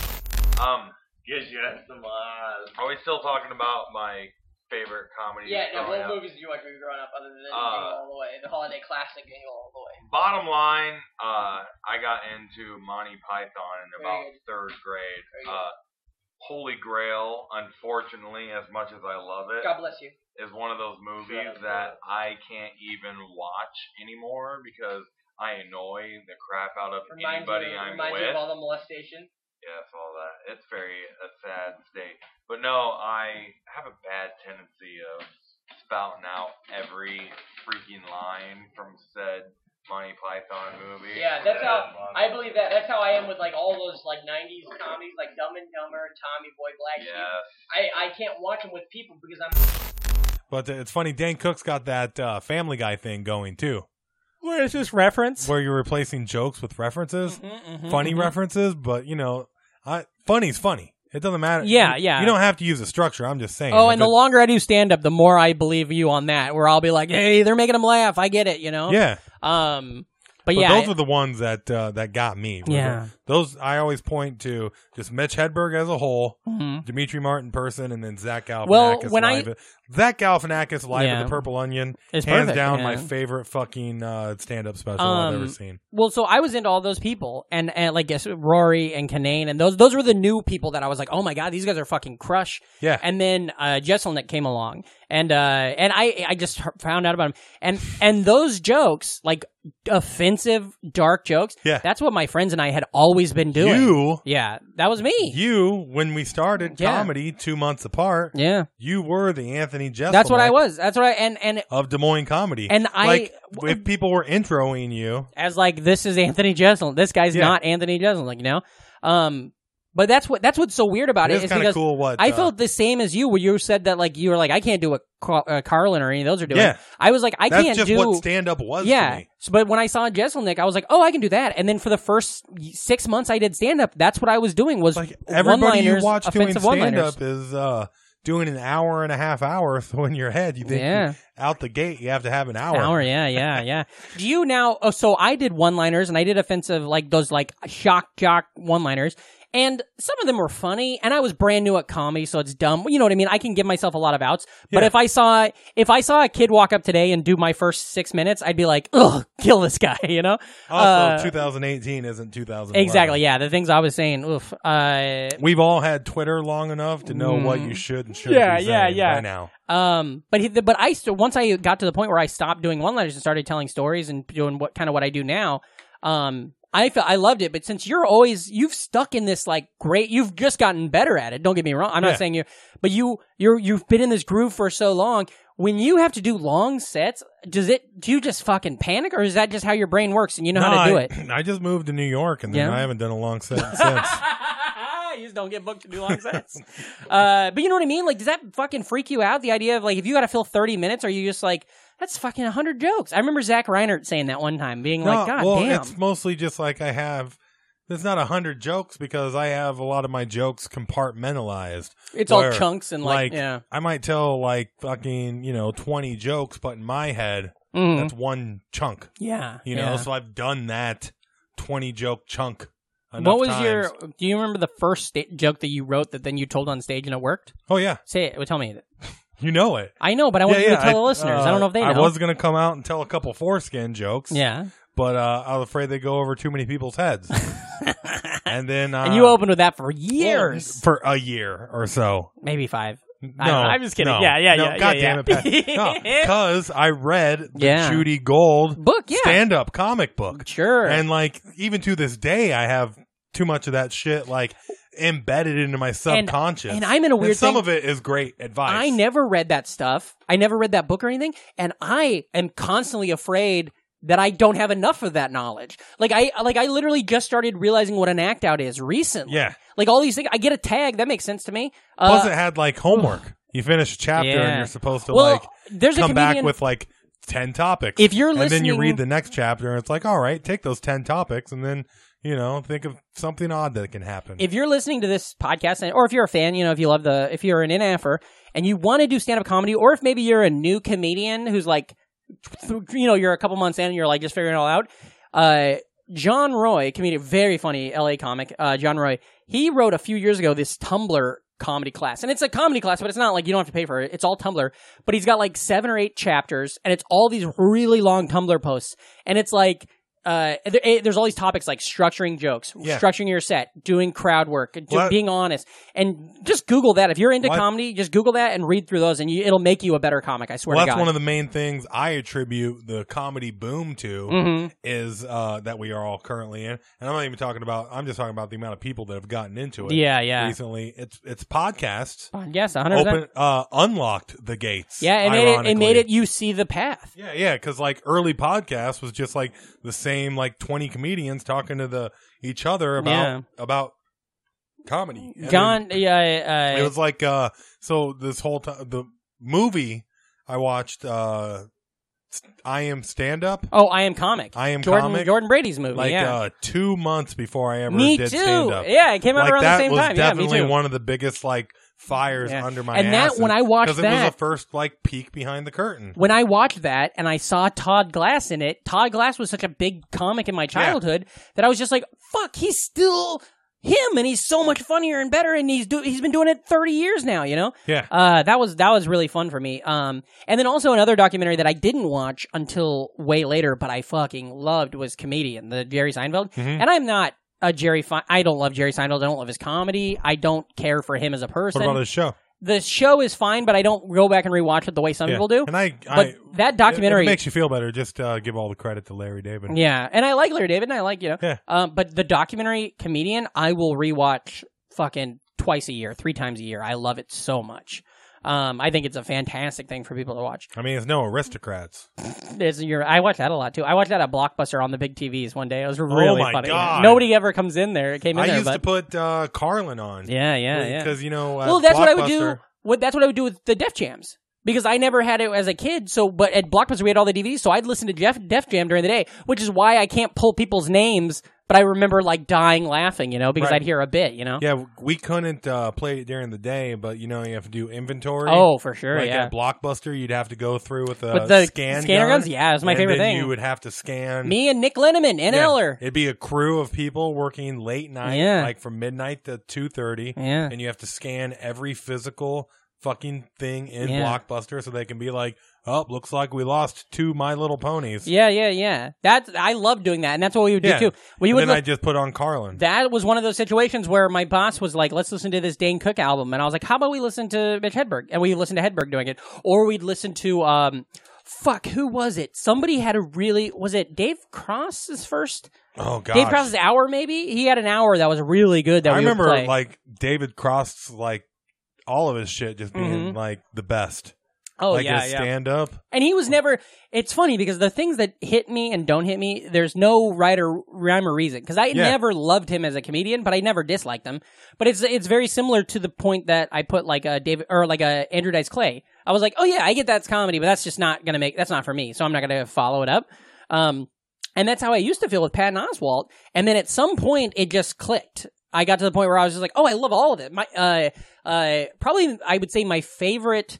Um, yes, yes, um, uh, Are we still talking about my favorite comedy? Yeah, no, what growing up? movies did you like when you were growing up other than Uh, Jingle All the Way? The holiday classic Jingle All the Way. Bottom line, uh, I got into Monty Python in about Very third grade. Very good. Uh, Holy Grail, unfortunately, as much as I love it, God bless you. is one of those movies that I can't even watch anymore because I annoy the crap out of Reminds anybody you, I'm reminds with. you of all the molestation. Yes, all that. It's very a sad state. But no, I have a bad tendency of spouting out every freaking line from said Monty Python movie. Yeah, that's how I believe that. That's how I am with like all those like '90s comedies, like Dumb and Dumber, Tommy Boy, Black Sheep. Yes. I I can't watch them with people because I'm. But it's funny. Dane Cook's got that uh, Family Guy thing going too, where is this reference? where you're replacing jokes with references, Mm-hmm, funny references. But you know, I, funny's funny. It doesn't matter. Yeah, You- yeah. You don't have to use a structure. I'm just saying. Oh, If and the it- longer I do stand up, the more I believe you on that. Where I'll be like, hey, they're making him laugh. I get it, you know. yeah. Um, but, But yeah, those are the ones that uh, that got me. Yeah. Those I always point to just Mitch Hedberg as a whole, Mhm. Dimitri Martin person, and then Zach Galifianakis. Well, when I- live at, Zach Galifianakis live Yeah. at the Purple Onion, It's hands perfect, down yeah. my favorite fucking uh, stand up special I've Um, ever seen. Well, so I was into all those people, and, and like guess Rory and Kanane, and those those were the new people that I was like, oh my god, these guys are fucking crush. Yeah. And then uh, Jesselnik came along, and uh, and I I just heard- found out about him, and and those jokes, like offensive dark jokes, Yeah. that's what my friends and I had always been doing. You, yeah, that was me. you, when we started Yeah. comedy two months apart, yeah, you were the Anthony Jeselnik. that's what I was. That's what I and and of Des Moines comedy. And I- like if people were introing you, as like this is Anthony Jeselnik. This guy's Yeah. not Anthony Jeselnik, you know. Um, but that's what that's what's so weird about it it is is kind of because cool. What I uh, felt the same as you, where you said that like you were like I can't do what Car- uh, Carlin or any of those are doing. Yeah. I was like I that's can't just do what stand up was. to yeah. me. So, but when I saw Jesselnik, I was like, oh, I can do that. And then for the first six months I did stand up. That's what I was doing was like everybody you one-liners, watch doing offensive stand one-liners. up is uh doing an hour and a half hour so in your head you think Yeah. out the gate you have to have an hour, Hour, yeah, yeah, yeah. Do you now? Oh, so I did one-liners and I did offensive, like those, like shock jock one-liners, and some of them were funny. And I was brand new at comedy, so it's dumb. You know what I mean? I can give myself a lot of outs. But Yeah. if I saw if I saw a kid walk up today and do my first six minutes, I'd be like, ugh, kill this guy. You know? also Uh, 2018 isn't 2000 exactly. Yeah, the things I was saying. Oof. Uh, we've all had twitter long enough to know what you should and shouldn't Mm. Yeah, be yeah, saying yeah. by now Um, but he, but I st- once I got to the point where I stopped doing one liners and started telling stories and doing what kind of what I do now. Um, I felt I loved it, but since you're always you've stuck in this like great, you've just gotten better at it. Don't get me wrong, I'm not Yeah. saying you, but you you're you've been in this groove for so long. When you have to do long sets, does it do you just fucking panic, or is that just how your brain works and you know how to do No, I, it? i just moved to new york and then Yeah. i haven't done a long set since you just don't get booked to do long sets. uh, but you know what I mean? Like, does that fucking freak you out? The idea of like, if you got to fill 30 minutes, are you just like, that's fucking 100 jokes? I remember Zach Reinert saying that one time, being like, No, God well, damn. it's mostly just like I have. There's not a hundred jokes because I have a lot of my jokes compartmentalized. It's all chunks and, like, yeah. I might tell like fucking you know twenty jokes, but in my head Mhm. that's one chunk. yeah. You yeah. know, so I've done that twenty joke chunk. enough what was times. your? Do you remember the first sta- joke that you wrote that then you told on stage and it worked? Oh yeah, Say it. Tell me. it. You know it. I know, but I want Yeah, you yeah, to tell the listeners. I uh, don't know if they know. I was gonna come out and tell a couple foreskin jokes. yeah. but uh, I was afraid they go over too many people's heads. and then uh, And you opened with that for years. for a year or so. Maybe five. No, I don't know. I'm just kidding. no, Yeah, yeah, no, yeah, God yeah, damn yeah. it, Pat. Because I read the Yeah. Judy Gold Book, yeah. stand-up comic book, Sure. and like even to this day, I have too much of that shit like embedded into my subconscious. and I'm in a weird some thing- of it is great advice. I never read that stuff. I never read that book or anything. And I am constantly afraid that I don't have enough of that knowledge. Like I like I literally just started realizing what an act out is recently. Yeah. Like all these things I get a tag, that makes sense to me. Plus, Uh, it had like homework. You finish a chapter Yeah. and you're supposed to Well, like there's a come back comedian- with like ten topics. If you're and then you listening- read the next chapter and it's like, all right, take those ten topics and then you know think of something odd that can happen. if you're listening to this podcast and- or if you're a fan, you know, if you love the if you're an NFer and you want to do stand up comedy, or if maybe you're a new comedian who's like you know, you're a couple months in and you're like just figuring it all out. Uh John Roy, comedian, very funny LA comic, uh, John Roy, he wrote a few years ago this Tumblr comedy class. And it's a comedy class, but it's not like you don't have to pay for it. It's all Tumblr. But he's got like seven or eight chapters, and it's all these really long Tumblr posts. And it's like, uh, there- eh, there's all these topics like structuring jokes, Yeah. structuring your set, doing crowd work, do, What? being honest, and just Google that. If you're into What? comedy, just Google that and read through those, and you, it'll make you a better comic. I swear well, to that's God. one of the main things I attribute the comedy boom to Mm. Mm-hmm. is uh, that we are all currently in, and I'm not even talking about. I'm just talking about the amount of people that have gotten into it. Yeah, yeah. Recently, it's it's podcasts Yes, 100%. open uh, unlocked the gates. Yeah, it made it, it made ironically. it you see the path. Yeah, yeah, because like early podcasts was just like the same like twenty comedians talking to the each other about Yeah. about comedy. And John, it, yeah, it uh, was like uh, so this whole time the movie I watched, uh, I am stand up, oh, I am comic. I Am Jordan, Comic. Jordan Brady's movie. like yeah, uh, two months before I ever me too. did stand up. Yeah, it came out like around that the same was time. Yeah, me definitely too. one of the biggest like fires Yeah. under my And that- ass when I watched 'cause it was that- the first like peek behind the curtain. when I watched that and I saw Todd Glass in it, Todd Glass was such a big comic in my childhood that I was just like, "Fuck, he's still him, and he's so much funnier and better, and he's do- he's been doing it thirty years now." You know? Yeah. Uh, that was that was really fun for me. Um, and then also another documentary that I didn't watch until way later, but I fucking loved was Comedian, the Jerry Seinfeld. Mm-hmm. And I'm not a Jerry. Fe- I don't love Jerry Seinfeld. I don't love his comedy. I don't care for him as a person. what about this show? the show is fine, but I don't go back and rewatch it the way some people do. And I, But I that If documentary, it makes you feel better. Just uh, give all the credit to Larry David. yeah, and I like Larry David, and I like you know, Yeah. um, but the documentary comedian, I will rewatch fucking twice a year, three times a year. I love it so much. Um, I think it's a fantastic thing for people to watch. I mean, it's no aristocrats. It's your, I watch that a lot too. I watched that at Blockbuster on the big TVs one day. It was really Oh my funny. God. Nobody ever comes in there. It came in I there, used but to put uh, Carlin on. yeah, yeah, yeah. Because you know, at well, that's what I would do. Blockbuster- What that's what I would do with the Def Jams because I never had it as a kid. So, but at Blockbuster we had all the DVDs, so I'd listen to Jeff Def Jam during the day, which is why I can't pull people's names. But I remember like dying laughing, you know, because Right. I'd hear a bit, you know. Yeah, we couldn't uh, play it during the day, but you know, you have to do inventory. Oh, for sure, Like yeah. at Blockbuster, you'd have to go through with a uh, With the scan scanner gun, guns? Yeah, it was my and favorite then thing. You would have to scan Me and Nick Linneman and Yeah. Eller. It'd be a crew of people working late night, Yeah. like from midnight to two thirty. Yeah. And you have to scan every physical fucking thing in Yeah. Blockbuster so they can be like, Oh, looks like we lost two My Little Ponies. Yeah, yeah, yeah. That's I love doing that, and that's what we would Yeah. do too. We And would then look- I just put on Carlin. that was one of those situations where my boss was like, "Let's listen to this Dane Cook album," and I was like, "How about we listen to Mitch Hedberg?" And we listened to Hedberg doing it, or we'd listen to um, fuck, who was it? Somebody had a really was it Dave Cross's first oh god. Dave Cross's hour? Maybe he had an hour that was really good. That I we would remember play. like David Cross like all of his shit just being Mhm. like the best. oh like yeah, his yeah. stand up. And he was never. It's funny because the things that hit me and don't hit me, there's no right or rhyme or reason. Because I Yeah. never loved him as a comedian, but I never disliked him. But it's it's very similar to the point that I put like a David or like a Andrew Dice Clay. I was like, oh yeah, I get that's comedy, but that's just not gonna make that's not for me. So I'm not gonna follow it up. Um, and that's how I used to feel with Patton Oswalt. And then at some point, it just clicked. I got to the point where I was just like, oh, I love all of it. My uh uh probably I would say my favorite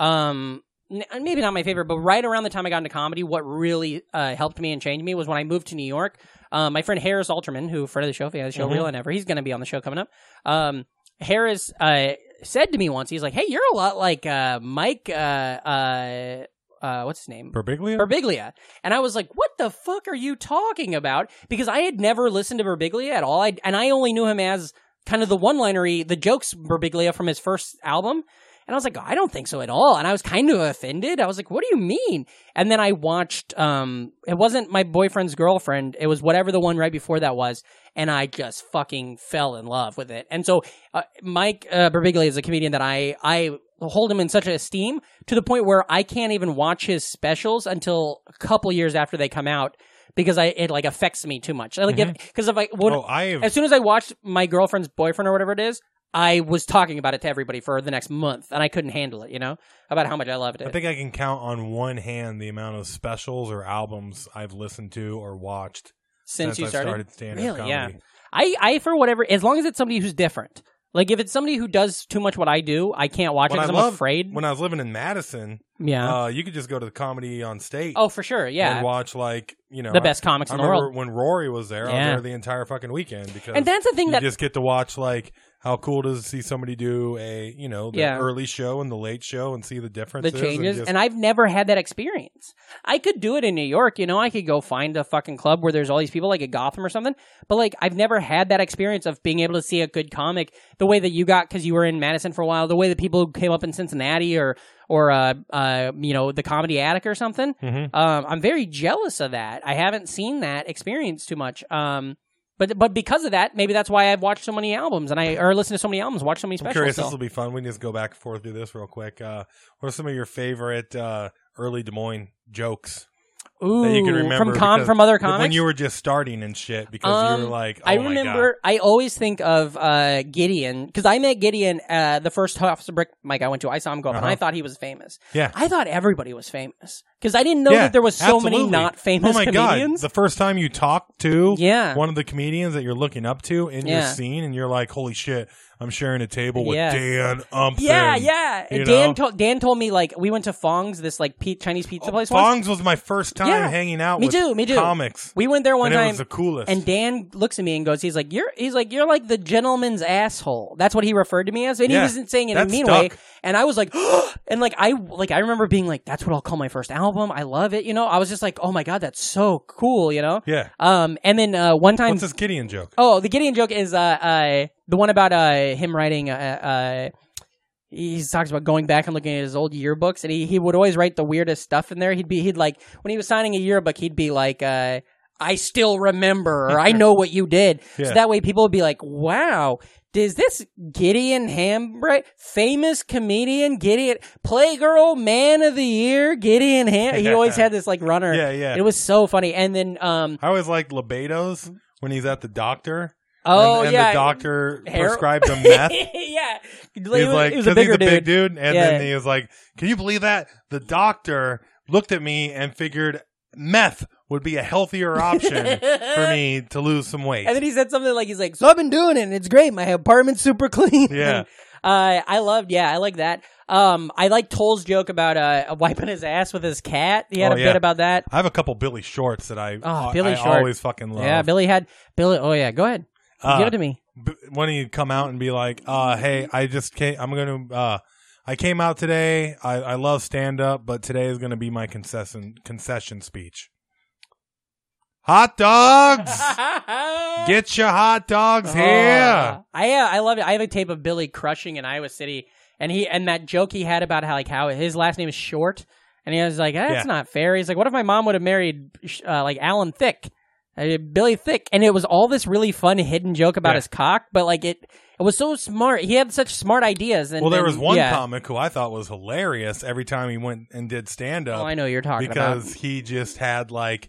um n- maybe not my favorite but right around the time i got into comedy what really uh, helped me and changed me was when i moved to new york um, my friend harris alterman who friend of the show if he has a show real and ever he's going to be on the show coming up um, harris uh, said to me once, he's like, "Hey, you're a lot like uh, Mike. Uh, uh, uh, what's his name? Berbiglia? Berbiglia. And I was like, what the fuck are you talking about? Because I had never listened to Berbiglia at all. I, and I only knew him as kind of the one linery, the jokes Berbiglia from his first album. And I was like, I don't think so at all. And I was kind of offended. I was like, what do you mean? And then I watched, um, it wasn't my boyfriend's girlfriend. It was whatever the one right before that was. And I just fucking fell in love with it. And so, uh, Mike, uh, Birbiglia is a comedian that I, I hold him in such esteem to the point where I can't even watch his specials until a couple years after they come out because I, it like affects me too much. I Like, because if, I, would oh, I have as soon as I watched my girlfriend's boyfriend or whatever it is, I was talking about it to everybody for the next month, and I couldn't handle it. You know about how much I loved it. I think I can count on one hand the amount of specials or albums I've listened to or watched since, you I've started, started stand-up really, yeah. comedy. I, I for whatever, as long as it's somebody who's different. Like if it's somebody who does too much what I do, I can't watch What it. I 'cause I'm love- afraid. When I was living in Madison, yeah. uh, you could just go to the comedy on state oh, for sure. Yeah. and watch like you know the best comics I, I in the remember world. when Rory was there. I Yeah. was there the entire fucking weekend because And that's the thing you that just get to watch like how cool does see somebody do a you know the Yeah. early show and the late show and see the the differences changes and, just- and i've never had that experience i could do it in new york you know i could go find a fucking club where there's all these people like at gotham or something but like i've never had that experience of being able to see a good comic the way that you got because you were in madison for a while the way that people who came up in cincinnati or or uh, uh you know the comedy attic or something Mhm. um i'm very jealous of that i haven't seen that experience too much um but but because of that maybe that's why i've watched so many albums and i or listened to so many albums watched so many I'm specials curious. still. This will be fun. We can just go back and forth through this real quick. Uh, what are some of your favorite uh, early Des Moines jokes Ooh, that you can remember from com because- from other but comics when you were just starting and shit? Because you Um, were like, I oh my remember. I always think of uh, Gideon because I met Gideon uh, the first House of Brick mic I went to. I saw him go up, and Uh-huh. I thought he was famous. Yeah. I thought everybody was famous because I didn't God. know Yeah, that there was so many absolutely. not famous Oh my comedians. god! The first time you talk to Yeah. one of the comedians that you're looking up to in your Yeah. scene, and you're like, holy shit, I'm sharing a table with Yeah. Dan Umpton. yeah, yeah. You know? Oh, Dan told Dan told me like we went to Fong's this like pe- Chinese pizza place. once. Fong's was my first time Yeah. hanging out Me with too, me too. comics. We went there one and time. it was the coolest. And Dan looks at me and goes, "He's like you're. He's like you're like the gentleman's asshole." That's what he referred to me as, and Yeah, he wasn't saying it in a that mean stuck. way. And I was like, and like I like I remember being like, "That's what I'll call my first album. I love it." You know, I was just like, "Oh my god, that's so cool." You know. yeah, Um. And then uh, one time, what's this Gideon joke? oh, the Gideon joke is uh, uh the one about uh him writing uh. uh he talks about going back and looking at his old yearbooks, and he, he would always write the weirdest stuff in there. He'd be he'd like when he was signing a yearbook, he'd be like, uh, "I still remember," or "I know what you did." Yeah. So that way, people would be like, "Wow, does this Gideon Hambright, famous comedian Gideon, Playgirl Man of the Year Gideon Ham?" He always had this like runner. Yeah, yeah. It was so funny. And then, um, I always liked Lebedos when he's at the doctor. oh and, and yeah, the doctor Harold- prescribed him meth. yeah, he was, He's like, he was a 'cause he's bigger a big dude. dude, and Yeah. then he was like, "Can you believe that?" The doctor looked at me and figured meth would be a healthier option for me to lose some weight. And then he said something like, "He's like, so I've been doing it, and it's great. My apartment's super clean." Yeah. uh, I loved. Yeah, I like that. Um, I like Toll's joke about uh wiping his ass with his cat. He had Oh, a yeah. bit about that. I have a couple Billy Shorts that I, Oh, I- Billy I Short. always fucking love. Yeah, Billy had Billy. Oh yeah, go ahead, Uh, give it to me. b- when he'd come out and be like, uh, "Hey, I just came. I'm gonna. Uh, I came out today. I, I love stand up, but today is gonna be my concession concession speech. Hot dogs. Get your hot dogs here. Oh, I uh, I love it. I have a tape of Billy crushing in Iowa City, and he and that joke he had about how like how his last name is short, and he was like, "That's Yeah. not fair." He's like, "What if my mom would have married sh- uh, like Alan Thick, uh, Billy Thick?" And it was all this really fun hidden joke about Yeah. his cock, but like it it was so smart. He had such smart ideas. And well, there and- was one yeah. comic who I thought was hilarious every time he went and did stand up. Oh, I know what you're talking because about. he just had like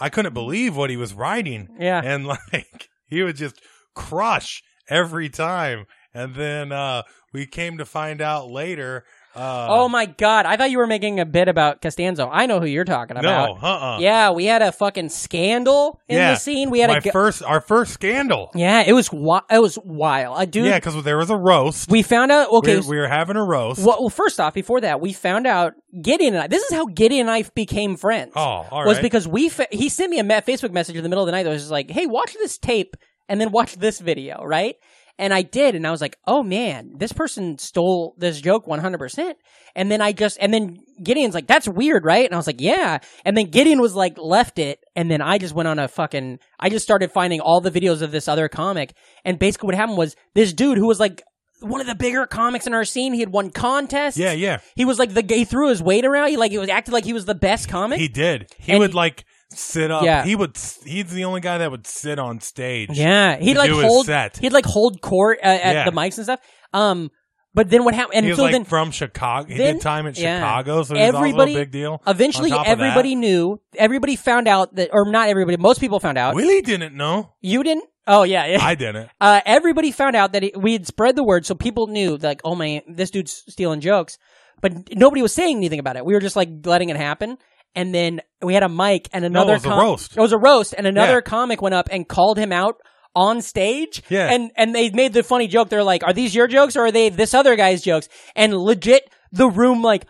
I couldn't believe what he was writing. Yeah. And like he would just crush every time. And then uh we came to find out later uh Oh my god! I thought you were making a bit about Costanzo. I know who you're talking no, about. uh uh Yeah, we had a fucking scandal in Yeah. the scene. We had my a gu- first our first scandal. Yeah, it was wi- it was wild. A dude. Yeah, because there was a roast. we found out. Okay. we, were, we were having a roast. well, well, first off, before that, we found out Gideon and I. This is how Gideon and I became friends. Oh, all was right. because we fa- he sent me a me- Facebook message in the middle of the night that was just like, "Hey, watch this tape and then watch this video," right? And I did, and I was like, oh man, this person stole this joke 100%. And then I just, and then Gideon's like, that's weird, right? And I was like, yeah. And then Gideon was like, left it. And then I just went on a fucking, I just started finding all the videos of this other comic. And basically what happened was this dude who was like, one of the bigger comics in our scene. He had won contests. Yeah, yeah. He was like the he threw his weight around. He like he was acted like he was the best comic. He did. He And would he- like sit up. Yeah. He would. s- He's the only guy that would sit on stage. Yeah, he'd to like do his hold. set. He'd like hold court uh, at Yeah. the mics and stuff. Um, but then what happened? And he was so like then from Chicago. He then- did time at yeah. Chicago, so it was also a Everybody- big deal. On eventually top of that- everybody knew. Everybody found out that, or not everybody. Most people found out. Willie didn't know. You didn't. Oh yeah, yeah. I didn't. uh, everybody found out that it, we had spread the word, so people knew like, oh man, this dude's stealing jokes. But nobody was saying anything about it. We were just like letting it happen. And then we had a mic and another it was a com- roast. It was a roast, and another Yeah. comic went up and called him out on stage. Yeah. And and they made the funny joke. They're like, "Are these your jokes or are they this other guy's jokes?" And legit, the room like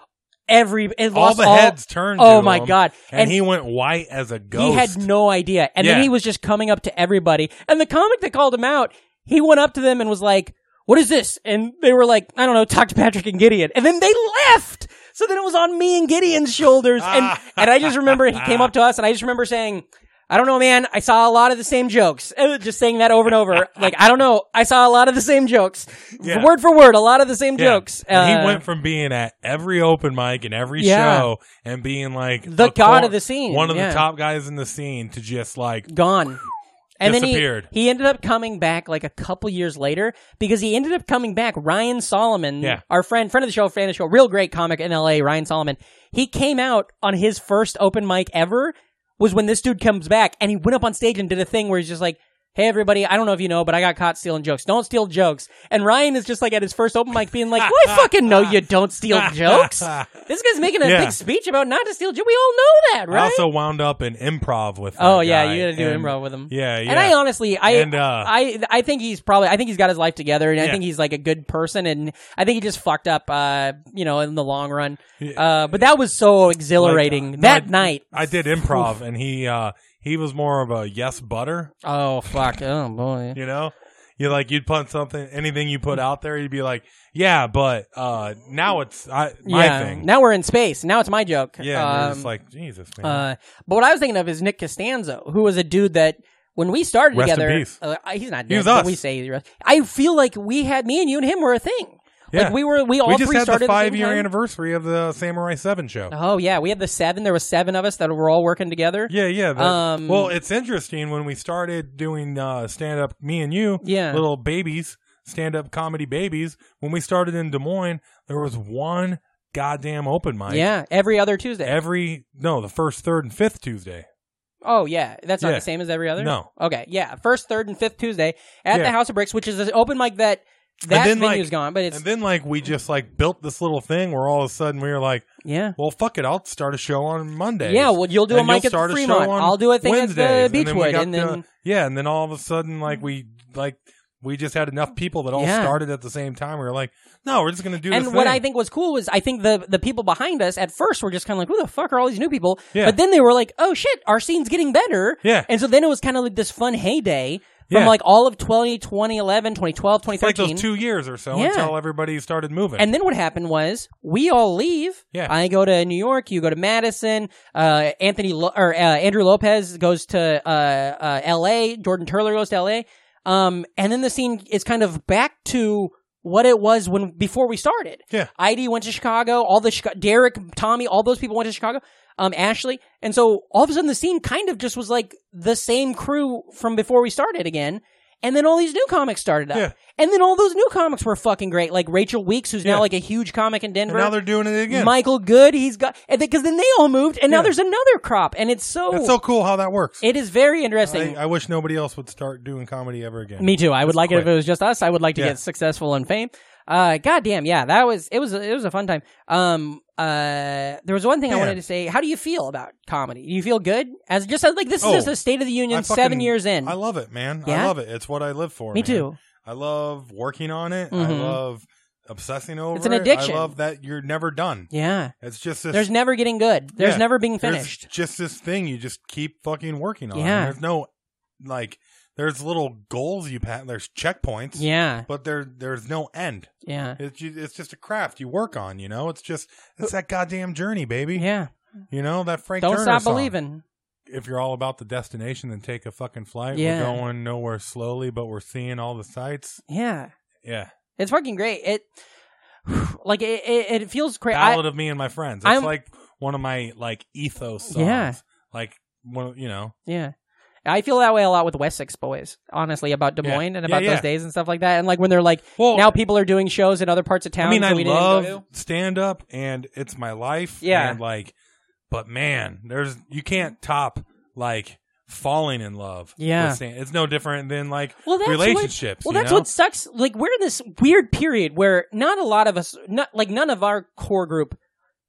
every it All lost the heads turned. Oh to my him, god! And, he went white as a ghost. he had no idea. And then Yeah. he was just coming up to everybody. And the comic that called him out, he went up to them and was like, What is this? And they were like, I don't know, talk to Patrick and Gideon. And then they left. So then it was on me and Gideon's shoulders. And and I just remember he came up to us and I just remember saying, I don't know, man. I saw a lot of the same jokes. And Just saying that over and over. Like, I don't know. I saw a lot of the same jokes. Yeah. Word for word, a lot of the same Yeah. jokes. And he Uh, went from being at every open mic and every Yeah. show and being like The a god cor- of the scene, one of yeah. the top guys in the scene, to just like gone. And Disappeared. then he, he ended up coming back like a couple years later because he ended up coming back. Ryan Solomon, Yeah. our friend, friend of the show, fan of the show, real great comic in LA, Ryan Solomon. He came out on his first open mic ever was when this dude comes back and he went up on stage and did a thing where he's just like, Hey everybody, I don't know if you know, but I got caught stealing jokes. Don't steal jokes. And Ryan is just like at his first open mic being like, Well, I fucking know you don't steal jokes. This guy's making a Yeah. big speech about not to steal jokes. We all know that, right? I also wound up in improv with. Oh that yeah, guy, you got to do and- improv with him. Yeah, yeah. And I honestly, I, And, uh, I, I think he's probably, I think he's got his life together, and I Yeah. think he's like a good person, and I think he just fucked up, uh, you know, in the long run. Uh, but that was so exhilarating Like, uh, that no, I- night. I did improv, and he uh, he was more of a yes butter. Oh fuck! Oh boy. You know, you like you'd punt something, anything you put out there, you'd be like, yeah, but uh, now it's I, my yeah. thing. Now we're in space. Now it's my joke. yeah, and you're Um, just like Jesus, man. Uh, but what I was thinking of is Nick Costanzo, who was a dude that when we started Rest in together, peace. Uh, I- he's not dead. He was but us. We say he's rest- I feel like we had me and you and him were a thing. Yeah. Like we were, we all we just three had started the at same five year time. anniversary of the Samurai Seven show. Oh yeah, we had the seven. There was seven of us that were all working together. Yeah, yeah. the- Um, well, it's interesting when we started doing uh, stand up, me and you, Yeah. little babies, stand up comedy babies. When we started in Des Moines, there was one goddamn open mic. Yeah, every other Tuesday. Every no, the first, third, and fifth Tuesday. oh yeah, that's not Yeah. the same as every other. No. Okay, yeah, first, third, and fifth Tuesday at Yeah. the House of Bricks, which is an open mic that that then, like- venue's gone, but it's And then like we just like built this little thing where all of a sudden we were like, yeah. well, fuck it, I'll start a show on Monday. Yeah, well, you'll do a And mic at start the a show Fremont. on I'll do a thing at the Wednesdays. And then we Beechwood, got and the- then- yeah, and then all of a sudden, like we like we just had enough people that all Yeah. started at the same time. We were like, no, we're just gonna do. And this what thing. I think was cool was I think the the people behind us at first were just kind of like, who the fuck are all these new people? Yeah. But then they were like, oh shit, our scene's getting better. Yeah. And so then it was kind of like this fun heyday from Yeah. like all of 20, 2011, 2012, 2013. like those two years or so Yeah. until everybody started moving. And then what happened was we all leave. Yeah. I go to New York. You go to Madison. Uh, Anthony Lo- or uh, Andrew Lopez goes to uh, uh, L.A. Jordan Turler goes to L.A. Um, and then the scene is kind of back to what it was when before we started. Yeah. ID went to Chicago. All the Chica- Derek, Tommy, all those people went to Chicago. Um, Ashley, and so all of a sudden the scene kind of just was like the same crew from before we started again. And then all these new comics started up. Yeah. And then all those new comics were fucking great. Like Rachel Weeks, who's now Yeah. like a huge comic in And Denver. now they're doing it again. Michael Good, he's got because then they all moved, and now Yeah. there's another crop, and it's so, That's so cool how that works. it is very I, interesting. I wish nobody else would start doing comedy ever again. Me too. I would like it if quit. it was just us. I would like to Yeah. get successful and fame. Uh, goddamn, yeah, that was it was it was a fun time. Um, uh, there was one thing I Yeah. wanted to say. How do you feel about comedy? Do you feel good as just like this is Oh, just a State of the I Union fucking- seven years in? I love it, man. Yeah? I love it. It's what I live for. Me man. too. I love working on it. I Mhm. love obsessing over It's an it. addiction. I love that you're never done. Yeah, It's just this. there's never getting good. There's Yeah. never being there's finished. just this thing you just keep fucking working on. Yeah. There's no like there's little goals you pass. There's checkpoints. Yeah, But there, there's no end. yeah, It's ju- it's just a craft you work on. You know, it's just it's that goddamn journey, baby. yeah. You know that Frank. Don't Turner stop song. believing. If you're all about the destination, then take a fucking flight. Yeah. We're going nowhere slowly, but we're seeing all the sights. Yeah, Yeah, it's fucking great. It like it it, it feels crazy. ballad of me and my friends. That's I'm- like one of my like ethos songs. Yeah. like one. of- You know, Yeah. I feel that way a lot with Wessex boys, honestly, about Des Yeah. Moines and Yeah, about yeah. those days and stuff like that. And like when they're like, Well- now people are doing shows in other parts of town. I mean, I we didn't go love to. stand up, and it's my life. Yeah. and like, but man, there's you can't top like falling in love. with Yeah. stand- it's no different than like Well, that's relationships. What, you well, that's know? what sucks. Like we're in this weird period where not a lot of us, not like none of our core group,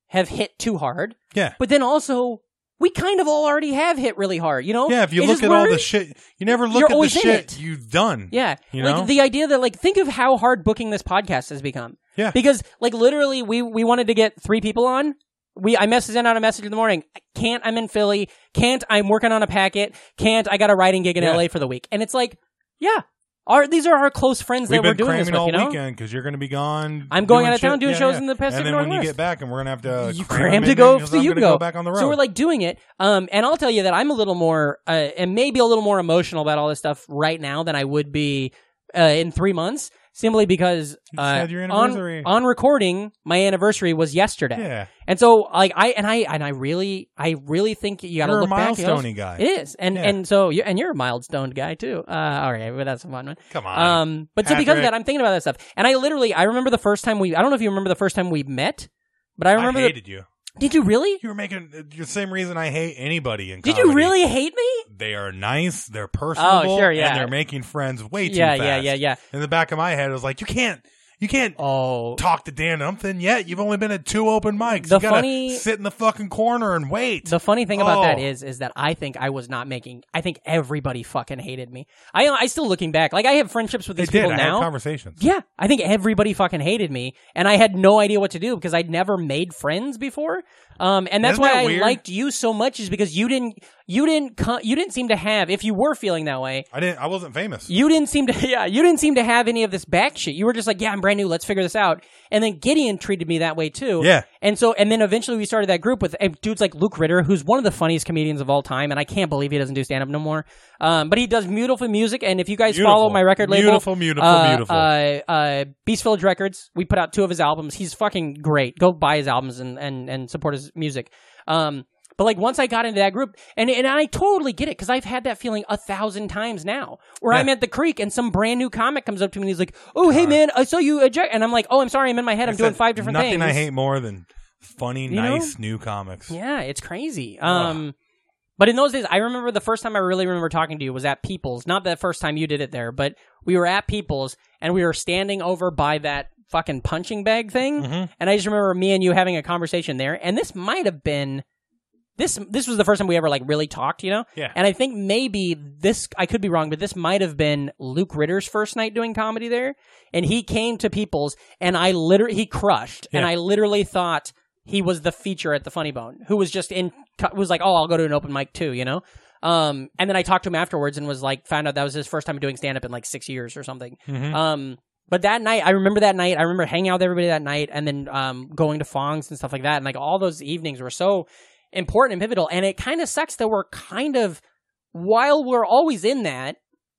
have hit too hard. Yeah. But then also, we kind of all already have hit really hard. You know? Yeah, if you It's look just at all we're- the shit, you never you're look at the always in shit it. you've done. Yeah. you like know. the idea that like think of how hard booking this podcast has become. Yeah. Because like literally we we wanted to get three people on. We I messaged in out a message in the morning. Can't I'm in Philly. Can't I'm working on a packet. Can't I got a writing gig in Yeah. LA for the week. And it's like, yeah. Our these are our close friends We've that we're been doing cramming this with, all you know? weekend because you're going to be gone. I'm going doing out of town shit. doing Yeah, shows yeah. in the Pacific And then when you Northwest. get back, and we're going to have to you cram, cram in to go because so I'm you gonna can go go. back on the road. So we're like doing it, um, and I'll tell you that I'm a little more uh, and maybe a little more emotional about all this stuff right now than I would be uh, in three months, simply because You just uh, had your on- anniversary. on recording my anniversary was yesterday, yeah, and so like I and I and I really I really think you got to you're a look back. you know? milestone guy. It is, and Yeah. and so you and you're a milestone guy too. Uh, all right, but that's a fun one. Come on. Um, but so because of Patrick. that, I'm thinking about that stuff, and I literally I remember the first time we I don't know if you remember the first time we met, but I I, remember. the- hated you. did you really? You were making uh, the same reason I hate anybody in Did comedy. you really hate me? They are nice. They're personable. sure, yeah. And they're making friends way too Yeah, fast. yeah, yeah, yeah. In the back of my head, I was like, you can't, you can't Oh, talk to Dan Umphin yet. You've only been at two open mics. The you gotta funny- sit in the fucking corner and wait. the funny thing about that Oh. is, is that I think I was not making. I think everybody fucking hated me. I, I still looking back, like I have friendships with they these did. people I had now. conversations. Yeah, I think everybody fucking hated me, and I had no idea what to do because I'd never made friends before. Um, and that's Isn't why that I weird? liked you so much is because you didn't, you didn't, co- you didn't seem to have. If you were feeling that way, I didn't. I wasn't famous. you didn't seem to yeah you didn't seem to have any of this back shit you were just like yeah i'm brand new let's figure this out and then gideon treated me that way too Yeah. and so and then eventually we started that group with eh, dudes like luke ritter who's one of the funniest comedians of all time and i can't believe he doesn't do stand-up no more um, but he does beautiful music and if you guys follow Beautiful. my record label Beautiful, beautiful, uh, beautiful. uh, uh, beast village records we put out two of his albums he's fucking great go buy his albums and and, and support his music um, but like once I got into that group, and and I totally get it because I've had that feeling a thousand times now, where I'm at the creek and some brand new comic comes up to me and he's like, "Oh hey man, I saw you," at Jack-" and I'm like, "Oh I'm sorry, I'm in my head, I'm I doing said five different nothing things." I hate more than funny, know? nice new comics. Yeah, it's crazy. Um, but in those days, I remember the first time I really remember talking to you was at People's. Not the first time you did it there, but we were at People's and we were standing over by that fucking punching bag thing. And I just remember me and you having a conversation there. And this might have been this. This was the first time we ever like really talked, you know. Yeah. And I think maybe this. I could be wrong, but this might have been Luke Ritter's first night doing comedy there, and he came to People's, and I literally he crushed, and Yeah. I literally thought he was the feature at the Funny Bone, who was just in was like, oh, I'll go to an open mic too, you know. Um, and then I talked to him afterwards and was like, found out that was his first time doing stand up in like six years or something. Mm-hmm. Um, but that night, I remember that night. I remember hanging out with everybody that night, and then um, going to Fong's and stuff like that. And like all those evenings were so important and pivotal. And it kind of sucks that we're kind of while we're always in that,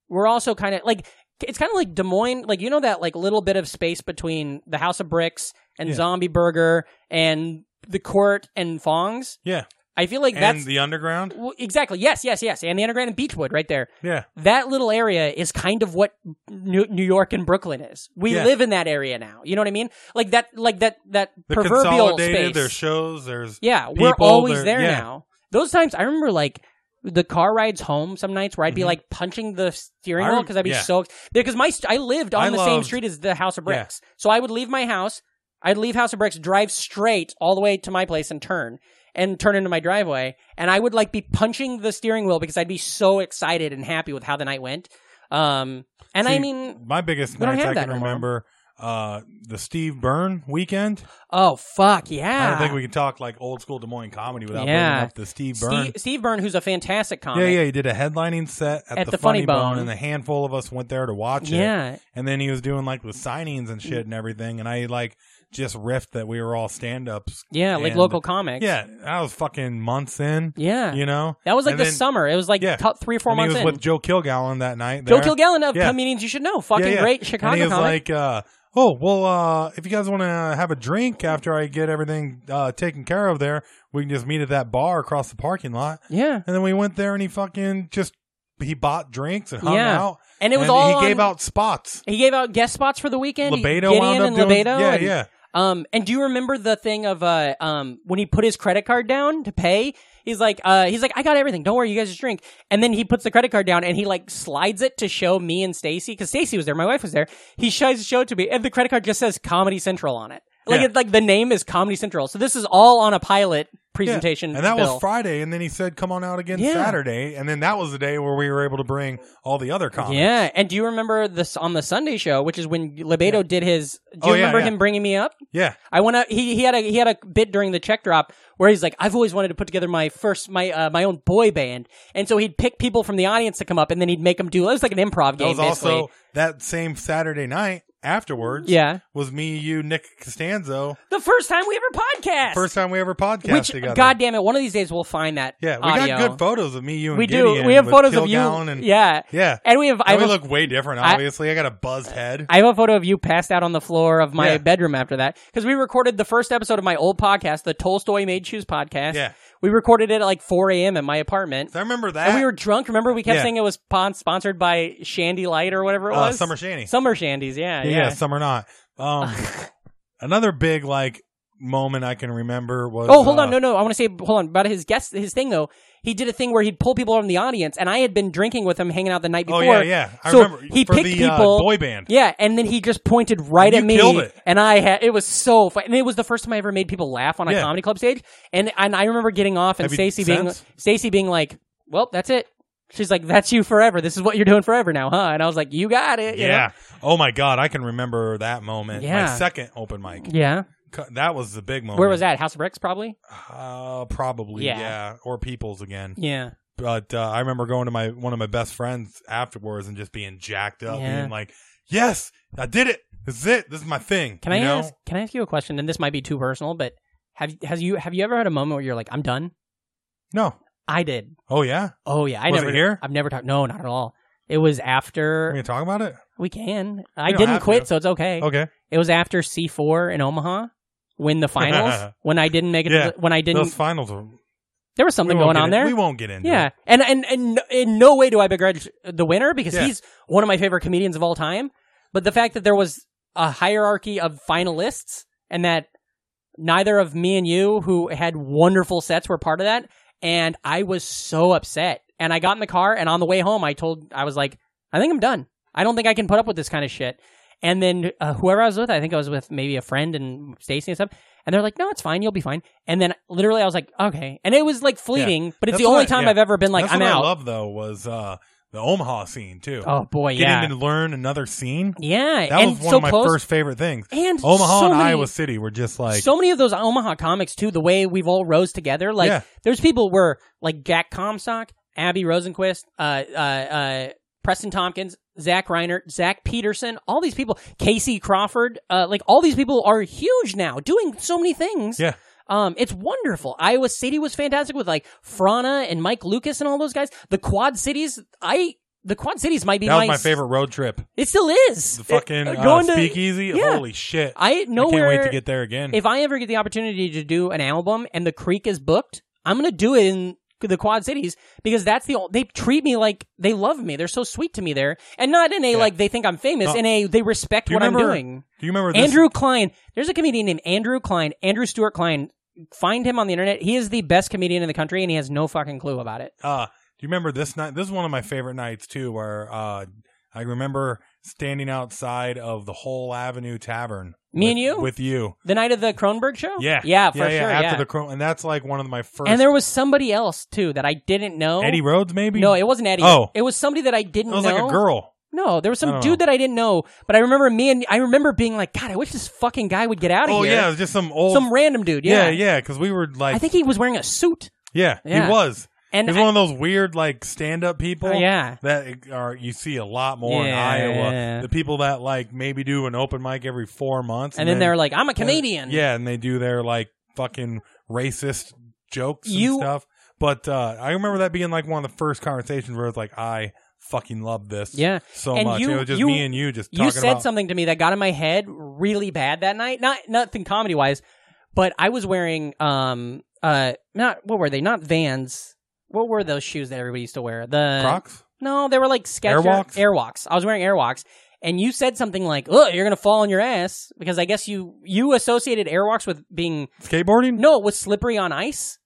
we're also kind of like it's kind of like Des Moines, like you know that like little bit of space between the House of Bricks and Yeah. Zombie Burger and the Court and Fong's. Yeah. I feel like And that's the underground. well, exactly yes, yes, yes, and the Underground and Beechwood right there. Yeah. That little area is kind of what New, New York and Brooklyn is. We Yeah. live in that area now. You know what I mean? Like that, like that, that They're proverbial consolidated. space. There's shows. There's Yeah, we're people, always they're- there yeah. now. Those times, I remember like the car rides home some nights where I'd be like punching the steering Mm-hmm. I wheel rem- because I'd be yeah. so because my st- I lived on I the same loved- street as the House of Yeah. Bricks, so I would leave my house. I'd leave House of Bricks, drive straight all the way to my place, and turn and turn into my driveway. And I would like be punching the steering wheel because I'd be so excited and happy with how the night went. Um, and I See, mean, my biggest we don't nights have I that can no more. remember uh, the Steve Byrne weekend. Oh fuck I yeah! don't think we can talk like old school Des Moines comedy without Ah. Yeah. bringing up the Steve Byrne. Steve, Steve Byrne, who's a fantastic comic. Yeah, yeah, he did a headlining set at, the, Funny, Bone, and a handful of us went there to watch it. Yeah. and then he was doing like the signings and shit and everything, and I like just riffed that we were all stand ups. Yeah, like local comics. Yeah, that was fucking months in. Yeah. you know That was like And the then- summer. It was like Yeah. t- three or four and months He was in. with Joe Kilgallen that night. Joe There. Kilgallen of Yeah. comedians you should know, fucking Yeah, yeah. great Chicago And he was comic. like, uh, "Oh well, uh, if you guys want to have a drink after I get everything uh, taken care of, there we can just meet at that bar across the parking lot." yeah, And then we went there, and he fucking just he bought drinks and hung Yeah. out, And it was all he on- gave out spots. he gave out guest spots for the weekend. He- Lebedo Gideon wound up and doing- Lebedo. yeah, and- yeah. Um, and do you remember the thing of uh, um, when he put his credit card down to pay? He's like, uh, he's like, I got everything. Don't worry, you guys just drink. And then he puts the credit card down and he like slides it to show me and Stacy because Stacy was there, my wife was there. He tries to show it to me, and the credit card just says Comedy Central on it. Like, Yeah. it, like the name is Comedy Central. So this is all on a pilot presentation. And that bill. was Friday, and then he said, "Come on out again Yeah. Saturday," and then that was the day where we were able to bring all the other comics. Yeah, and do you remember this on the Sunday show, which is when Lebedo did his? Do you Oh, yeah, remember yeah. him bringing me up? yeah. I want to. He, he had a he had a bit during the check drop where he's like, I've always wanted to put together my first my uh, my own boy band, and so he'd pick people from the audience to come up, and then he'd make them do. It was like an improv That game, was basically. also that same Saturday night afterwards. Yeah. was me, you, Nick Costanzo. the first time we ever podcast. First time we ever podcast which together. God damn it, one of these days we'll find that. yeah, we audio. got good photos of me, you, and We do. Gideon We have with photos of you. Kilgallen and- yeah, yeah, and we have. I And have, we a- look way different. I- Obviously, I, got a buzzed head. I have a photo of you passed out on the floor of my Yeah. bedroom after that because we recorded the first episode of my old podcast, the Tolstoy Made Shoes podcast. Yeah. we recorded it at like 4 a.m. in my apartment. I remember that. And we were drunk. Remember, we kept Yeah. saying it was pon- sponsored by Shandy Light or whatever it Uh, was. Summer Shandy. Summer Shandies. Yeah, yeah. yeah, some are not. Um, another big like moment I can remember was. Oh, hold uh, on. No, no. I want to say, hold on. About his guest, his thing though. He did a thing where he'd pull people from the audience, and I had been drinking with him, hanging out the night Oh, before. yeah, yeah. I so remember. he For picked the, uh, people, boy band. Yeah, and then he just pointed right And at you me, killed it. and I had it was so fun. And it was the first time I ever made people laugh on a Yeah. comedy club stage, and and I remember getting off and Have you Stacy being since? Stacy being like, "Well, that's it." She's like, "That's you forever. This is what you're doing forever now, huh?" And I was like, "You got it." you know? Yeah. Oh my God, I can remember that moment. Yeah. My second open mic. Yeah. Cu- That was the big moment. Where was that? House of Bricks, probably. Uh, probably. Yeah. Yeah. Or People's again. Yeah. But uh, I remember going to my one of my best friends afterwards and just being jacked up, Yeah. being like, "Yes, I did it. This is it. This is my thing." Can you I know? ask? Can I ask you a question? And this might be too personal, but have has you have you ever had a moment where you're like, "I'm done"? No. I did. Oh yeah. Oh yeah, I Was never it here? I've never talked. No, not at all. It was Are we after gonna talk about it? we can. I don't didn't have quit, to. so it's okay. Okay. It was after C four in Omaha, when the finals, when I didn't make it. to Yeah. the- when I didn't, Those finals were there was we something going won't get on in- there. We won't get into. yeah, it. and and and in no way do I begrudge the winner because Yeah. he's one of my favorite comedians of all time. But the fact that there was a hierarchy of finalists and that neither of me and you, who had wonderful sets, were part of that, and I was so upset. And I got in the car, and on the way home, I told I was like, I think I'm done. I don't think I can put up with this kind of shit. And then uh, whoever I was with, I think I was with maybe a friend and Stacy and stuff. And they're like, "No, it's fine. You'll be fine." And then literally, I was like, "Okay." And it was like fleeting, but it's That's the only what I- time yeah. I've ever been like, That's "I'm what out." I love though was uh, the Omaha scene too. Oh boy, Getting yeah, to learn another scene. yeah, That and was one so of my close. first favorite things. And Omaha so and many- Iowa City were just like so many of those Omaha comics too. The way we've all rose together, like Yeah. there's people where like Jack Comstock, Abby Rosenquist, uh, uh, uh, Preston Tompkins, Zach Reinert, Zach Peterson, all these people, Casey Crawford, uh, like all these people are huge now, doing so many things. Yeah. Um, it's wonderful. Iowa City was fantastic with like Frana and Mike Lucas and all those guys. The Quad Cities, I the Quad Cities might be that was my my favorite road trip. It still is The fucking It- uh, going to- speakeasy. yeah. Holy shit! I I nowhere- can't wait to get there again. if I ever get the opportunity to do an album and the creek is booked, I'm gonna do it in the Quad Cities because that's the ol- they treat me like they love me. They're so sweet to me there, and not in a like they think I'm famous. No. In a they respect do you what remember? I'm doing. Do you remember this? Andrew Klein. There's a comedian named Andrew Klein. Andrew Stewart Klein. Find him on the internet. He is the best comedian in the country, and he has no fucking clue about it. Uh, do you remember this night? This is one of my favorite nights too, where uh, I remember standing outside of the Whole Avenue Tavern. Me with- and you? with you. The night of the Cronenberg show. Yeah, yeah, for yeah, sure. After yeah. the Cro- and that's like one of my first. and there was somebody else too that I didn't know. Eddie Rhodes, maybe. No, it wasn't Eddie. Oh. it was somebody that I It didn't was know. like a girl. No, there was I some don't dude know. that I didn't know, but I remember me and I remember being like, God, I wish this fucking guy would get out of Oh here. yeah, it was just some old. some random dude. yeah, Yeah, yeah, because we were like, I think he was wearing a suit. yeah, yeah. he was. And He's I- one of those weird like stand-up people. Oh, yeah. that are you see a lot more Yeah, in Iowa. yeah. The people that like maybe do an open mic every four months, and then they're like, I'm a comedian. Yeah, and they do their like fucking racist jokes and You- stuff. But uh, I remember that being like one of the first conversations where it's like, I fucking love this. Yeah. so And much. you- it was just you- me and you just talking you said about, something to me that got in my head really bad that night. Not nothing comedy wise, but I was wearing um uh not what were they? Not Vans. What were those shoes that everybody used to wear? The Crocs. No, they were like Skechers. Airwalks? Airwalks. I was wearing Airwalks, and you said something like, "Ugh, you're gonna fall on your ass," because I guess you you associated Airwalks with being skateboarding. no, it was slippery on ice,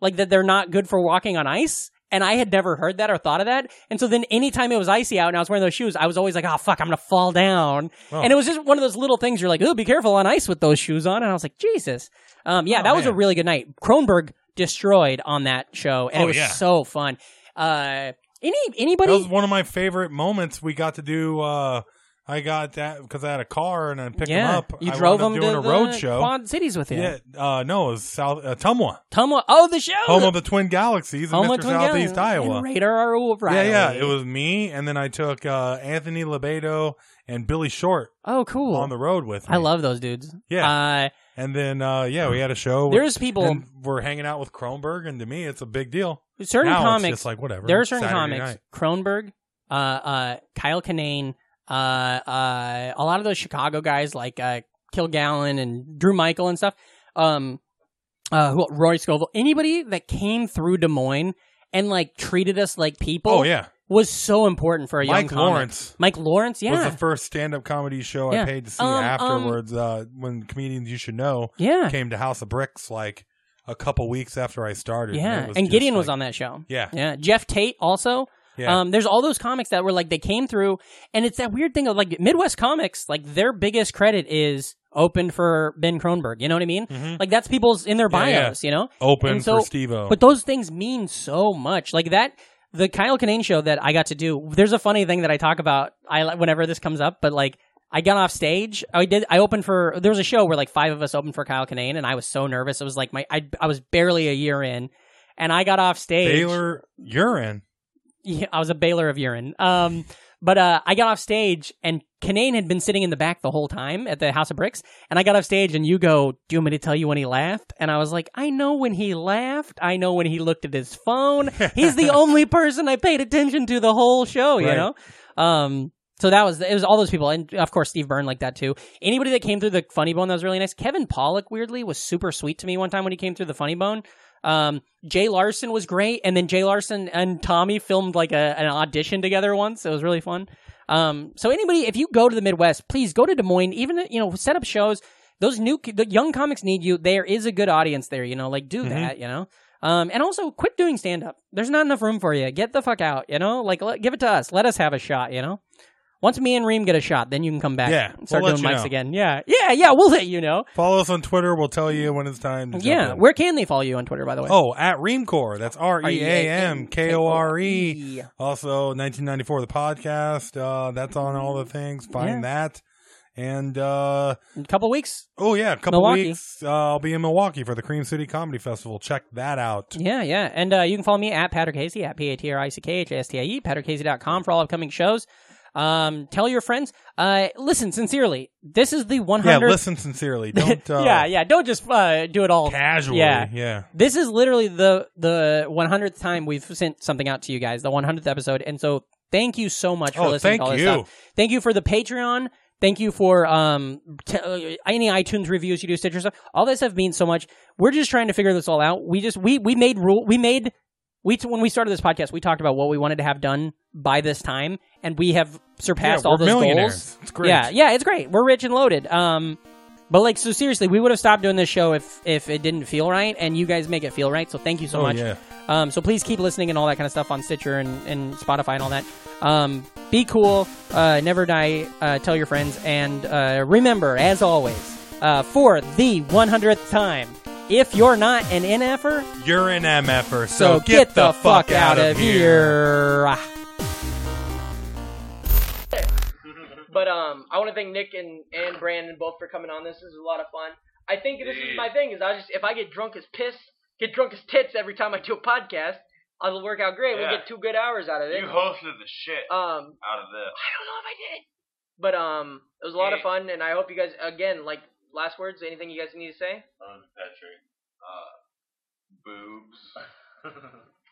like that they're not good for walking on ice. And I had never heard that or thought of that. And so then anytime it was icy out and I was wearing those shoes, I was always like, oh, fuck, I'm going to fall down. Oh. And it was just one of those little things you're like, oh, be careful on ice with those shoes on. And I was like, Jesus. Um, yeah, that was a Oh, man. really good night. Kronberg destroyed on that show. And Oh, it was yeah. so fun. Uh, any, anybody? That was one of my favorite moments. We got to do. uh I got that because I had a car and I picked him yeah. up. You I drove wound them up to doing the a road show. Quad Cities with you. yeah, uh, no, it was South uh, Tumwa, Tumwa- oh, the show. home of the Twin Galaxies, in Home Mr. of Twin Southeast Galley Iowa. And Radar O'Reilly. Yeah, yeah. It was me, and then I took uh, Anthony Lebedo and Billy Short Oh, cool. on the road with me. I love those dudes. Yeah. Uh, And then uh, yeah, we had a show. There's people- and we're hanging out with Kronberg, and to me, it's a big deal. certain Now it's comics. just like, whatever, There are certain Saturday comics. night. Kronberg, uh, uh, Kyle Kinane, uh, uh, a lot of those Chicago guys like uh, Kilgallen and Drew Michael and stuff. Um, uh, who, Roy Scoville. Anybody that came through Des Moines and like treated us like people. Oh yeah, was so important for a young Mike comic. Lawrence. Mike Lawrence, yeah, was the first stand-up comedy show Yeah. I paid to see Um, um, afterwards. uh, when comedians you should know yeah, came to House of Bricks like a couple weeks after I started. yeah. it And, was just Gideon was like- on that show. Yeah, Yeah, Jeff Tate also. yeah. Um, there's all those comics that were like they came through, and it's that weird thing of like Midwest comics, like their biggest credit is open for Ben Kronberg. You know what I mean? Mhm. Like that's people's in their Yeah, yeah. bios. You know, Open and so- for Steve-O. but those things mean so much. Like that, the Kyle Kinane show that I got to do. There's a funny thing that I talk about. I like- whenever this comes up, but like I got off stage. I did. I opened for. There was a show where like five of us opened for Kyle Kinane, and I was so nervous. It was like my. I I was barely a year in, and I got off stage. Baylor Urine. Yeah, I was a bailer of urine. Um, but uh, I got off stage, and Kanane had been sitting in the back the whole time at the House of Bricks. And I got off stage, and you go, "Do you want me to tell you when he laughed?" And I was like, "I know when he laughed. I know when he looked at his phone. He's the only person I paid attention to the whole show. You Right. know." Um, so that was it. Was all those people, and of course Steve Byrne like that too. Anybody that came through the Funny Bone that was really nice. Kevin Pollock weirdly was super sweet to me one time when he came through the Funny Bone. Um, Jay Larson was great, and then Jay Larson and Tommy filmed like a, an audition together once. It was really fun. Um, so anybody, if you go to the Midwest, please go to Des Moines. Even you know, set up shows. Those new the young comics need you. There is a good audience there. You know, like Mm-hmm. do that. You know. Um, and also quit doing stand up. There's not enough room for you. Get the fuck out. You know, like let, give it to us. Let us have a shot. You know. Once me and Reem get a shot, then you can come back. Yeah, and start we'll let doing you mics know. again. Yeah, yeah, yeah. We'll let you know. Follow us on Twitter. We'll tell you when it's time. To jump yeah. in. Where can they follow you on Twitter, by the way? Oh, at Reamcore. That's R E A M K O R E. R-E-A-M-K-O-R-E. Also, 1994, the podcast. Uh, that's on all the things. Find that. And, uh, In a couple weeks. oh, yeah, a couple Milwaukee. weeks, uh, I'll be in Milwaukee for the Cream City Comedy Festival. Check that out. Yeah, yeah. And uh, you can follow me at Patrick Hasey, at P A T R I C K H A S T I E, patrickhasey.com for all upcoming shows. Um, tell your friends. Uh, listen, sincerely, this is the 100th. Yeah, listen sincerely. Don't, uh, yeah, yeah. Don't just uh, do it all casually. Yeah. Yeah. This is literally the the 100th time we've sent something out to you guys, the 100th episode, and so thank you so much for Oh, listening. to thank all this you. Stuff. Thank you for the Patreon. Thank you for um t- uh, any iTunes reviews you do, Stitcher stuff. All that stuff means so much. We're just trying to figure this all out. We just we we made rule. We made we when we started this podcast, we talked about what we wanted to have done by this time, and we have surpassed Yeah, all we're those millionaires. goals. It's great. Yeah, yeah, it's great. We're rich and loaded. Um, but like, so seriously, we would have stopped doing this show if if it didn't feel right, and you guys make it feel right. So thank you so Oh, much. yeah. Um, so please keep listening and all that kind of stuff on Stitcher and, and Spotify and all that. Um, be cool, uh, never die. Uh, tell your friends, and uh, remember, as always, uh, for the 100th time, if you're not an NFer, You're an MFer, so, so, get, the, fuck, out of here. here. Hey, But um, I want to thank Nick and, and Brandon both for coming on this. This is a lot of fun. I think this is my thing is I just if I get drunk as piss, get drunk as tits every time I do a podcast, it'll work out great. Yeah. We'll get two good hours out of it. You hosted the shit um, out of this. I don't know if I did it. But um, it was a lot of Yeah. fun, and I hope you guys again like last words. Anything you guys need to say? I was Patrick. Uh, boobs.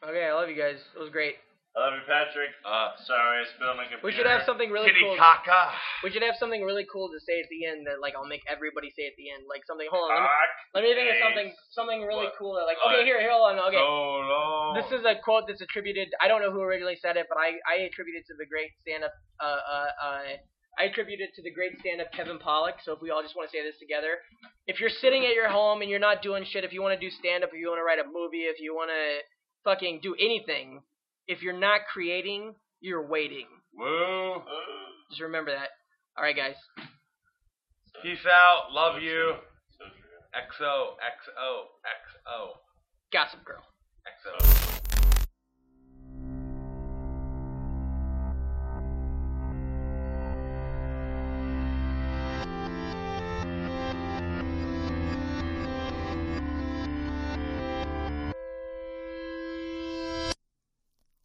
Okay, I love you guys. It was great. I love you, Patrick. Uh, Sorry, I spilled my computer. We should have something really kitty cool. caca. We should have something really cool to say at the end that like I'll make everybody say at the end. Like something. Hold on. Let me, Cock let me think of days. something. Something really What? cool. That, like Oh, okay, here, hold on. Okay. So long. This is a quote that's attributed. I don't know who originally said it, but I, I attribute it to the great stand-up. Uh, uh, uh, I attribute it to the great stand-up Kevin Pollock. So if we all just want to say this together, if you're sitting at your home and you're not doing shit, if you want to do stand-up, if you want to write a movie, if you want to fucking do anything, if you're not creating, you're waiting. Woo. Just remember that. All right, guys. Peace out. Love you. So true. XO. XO. XO. Gossip Girl. XO.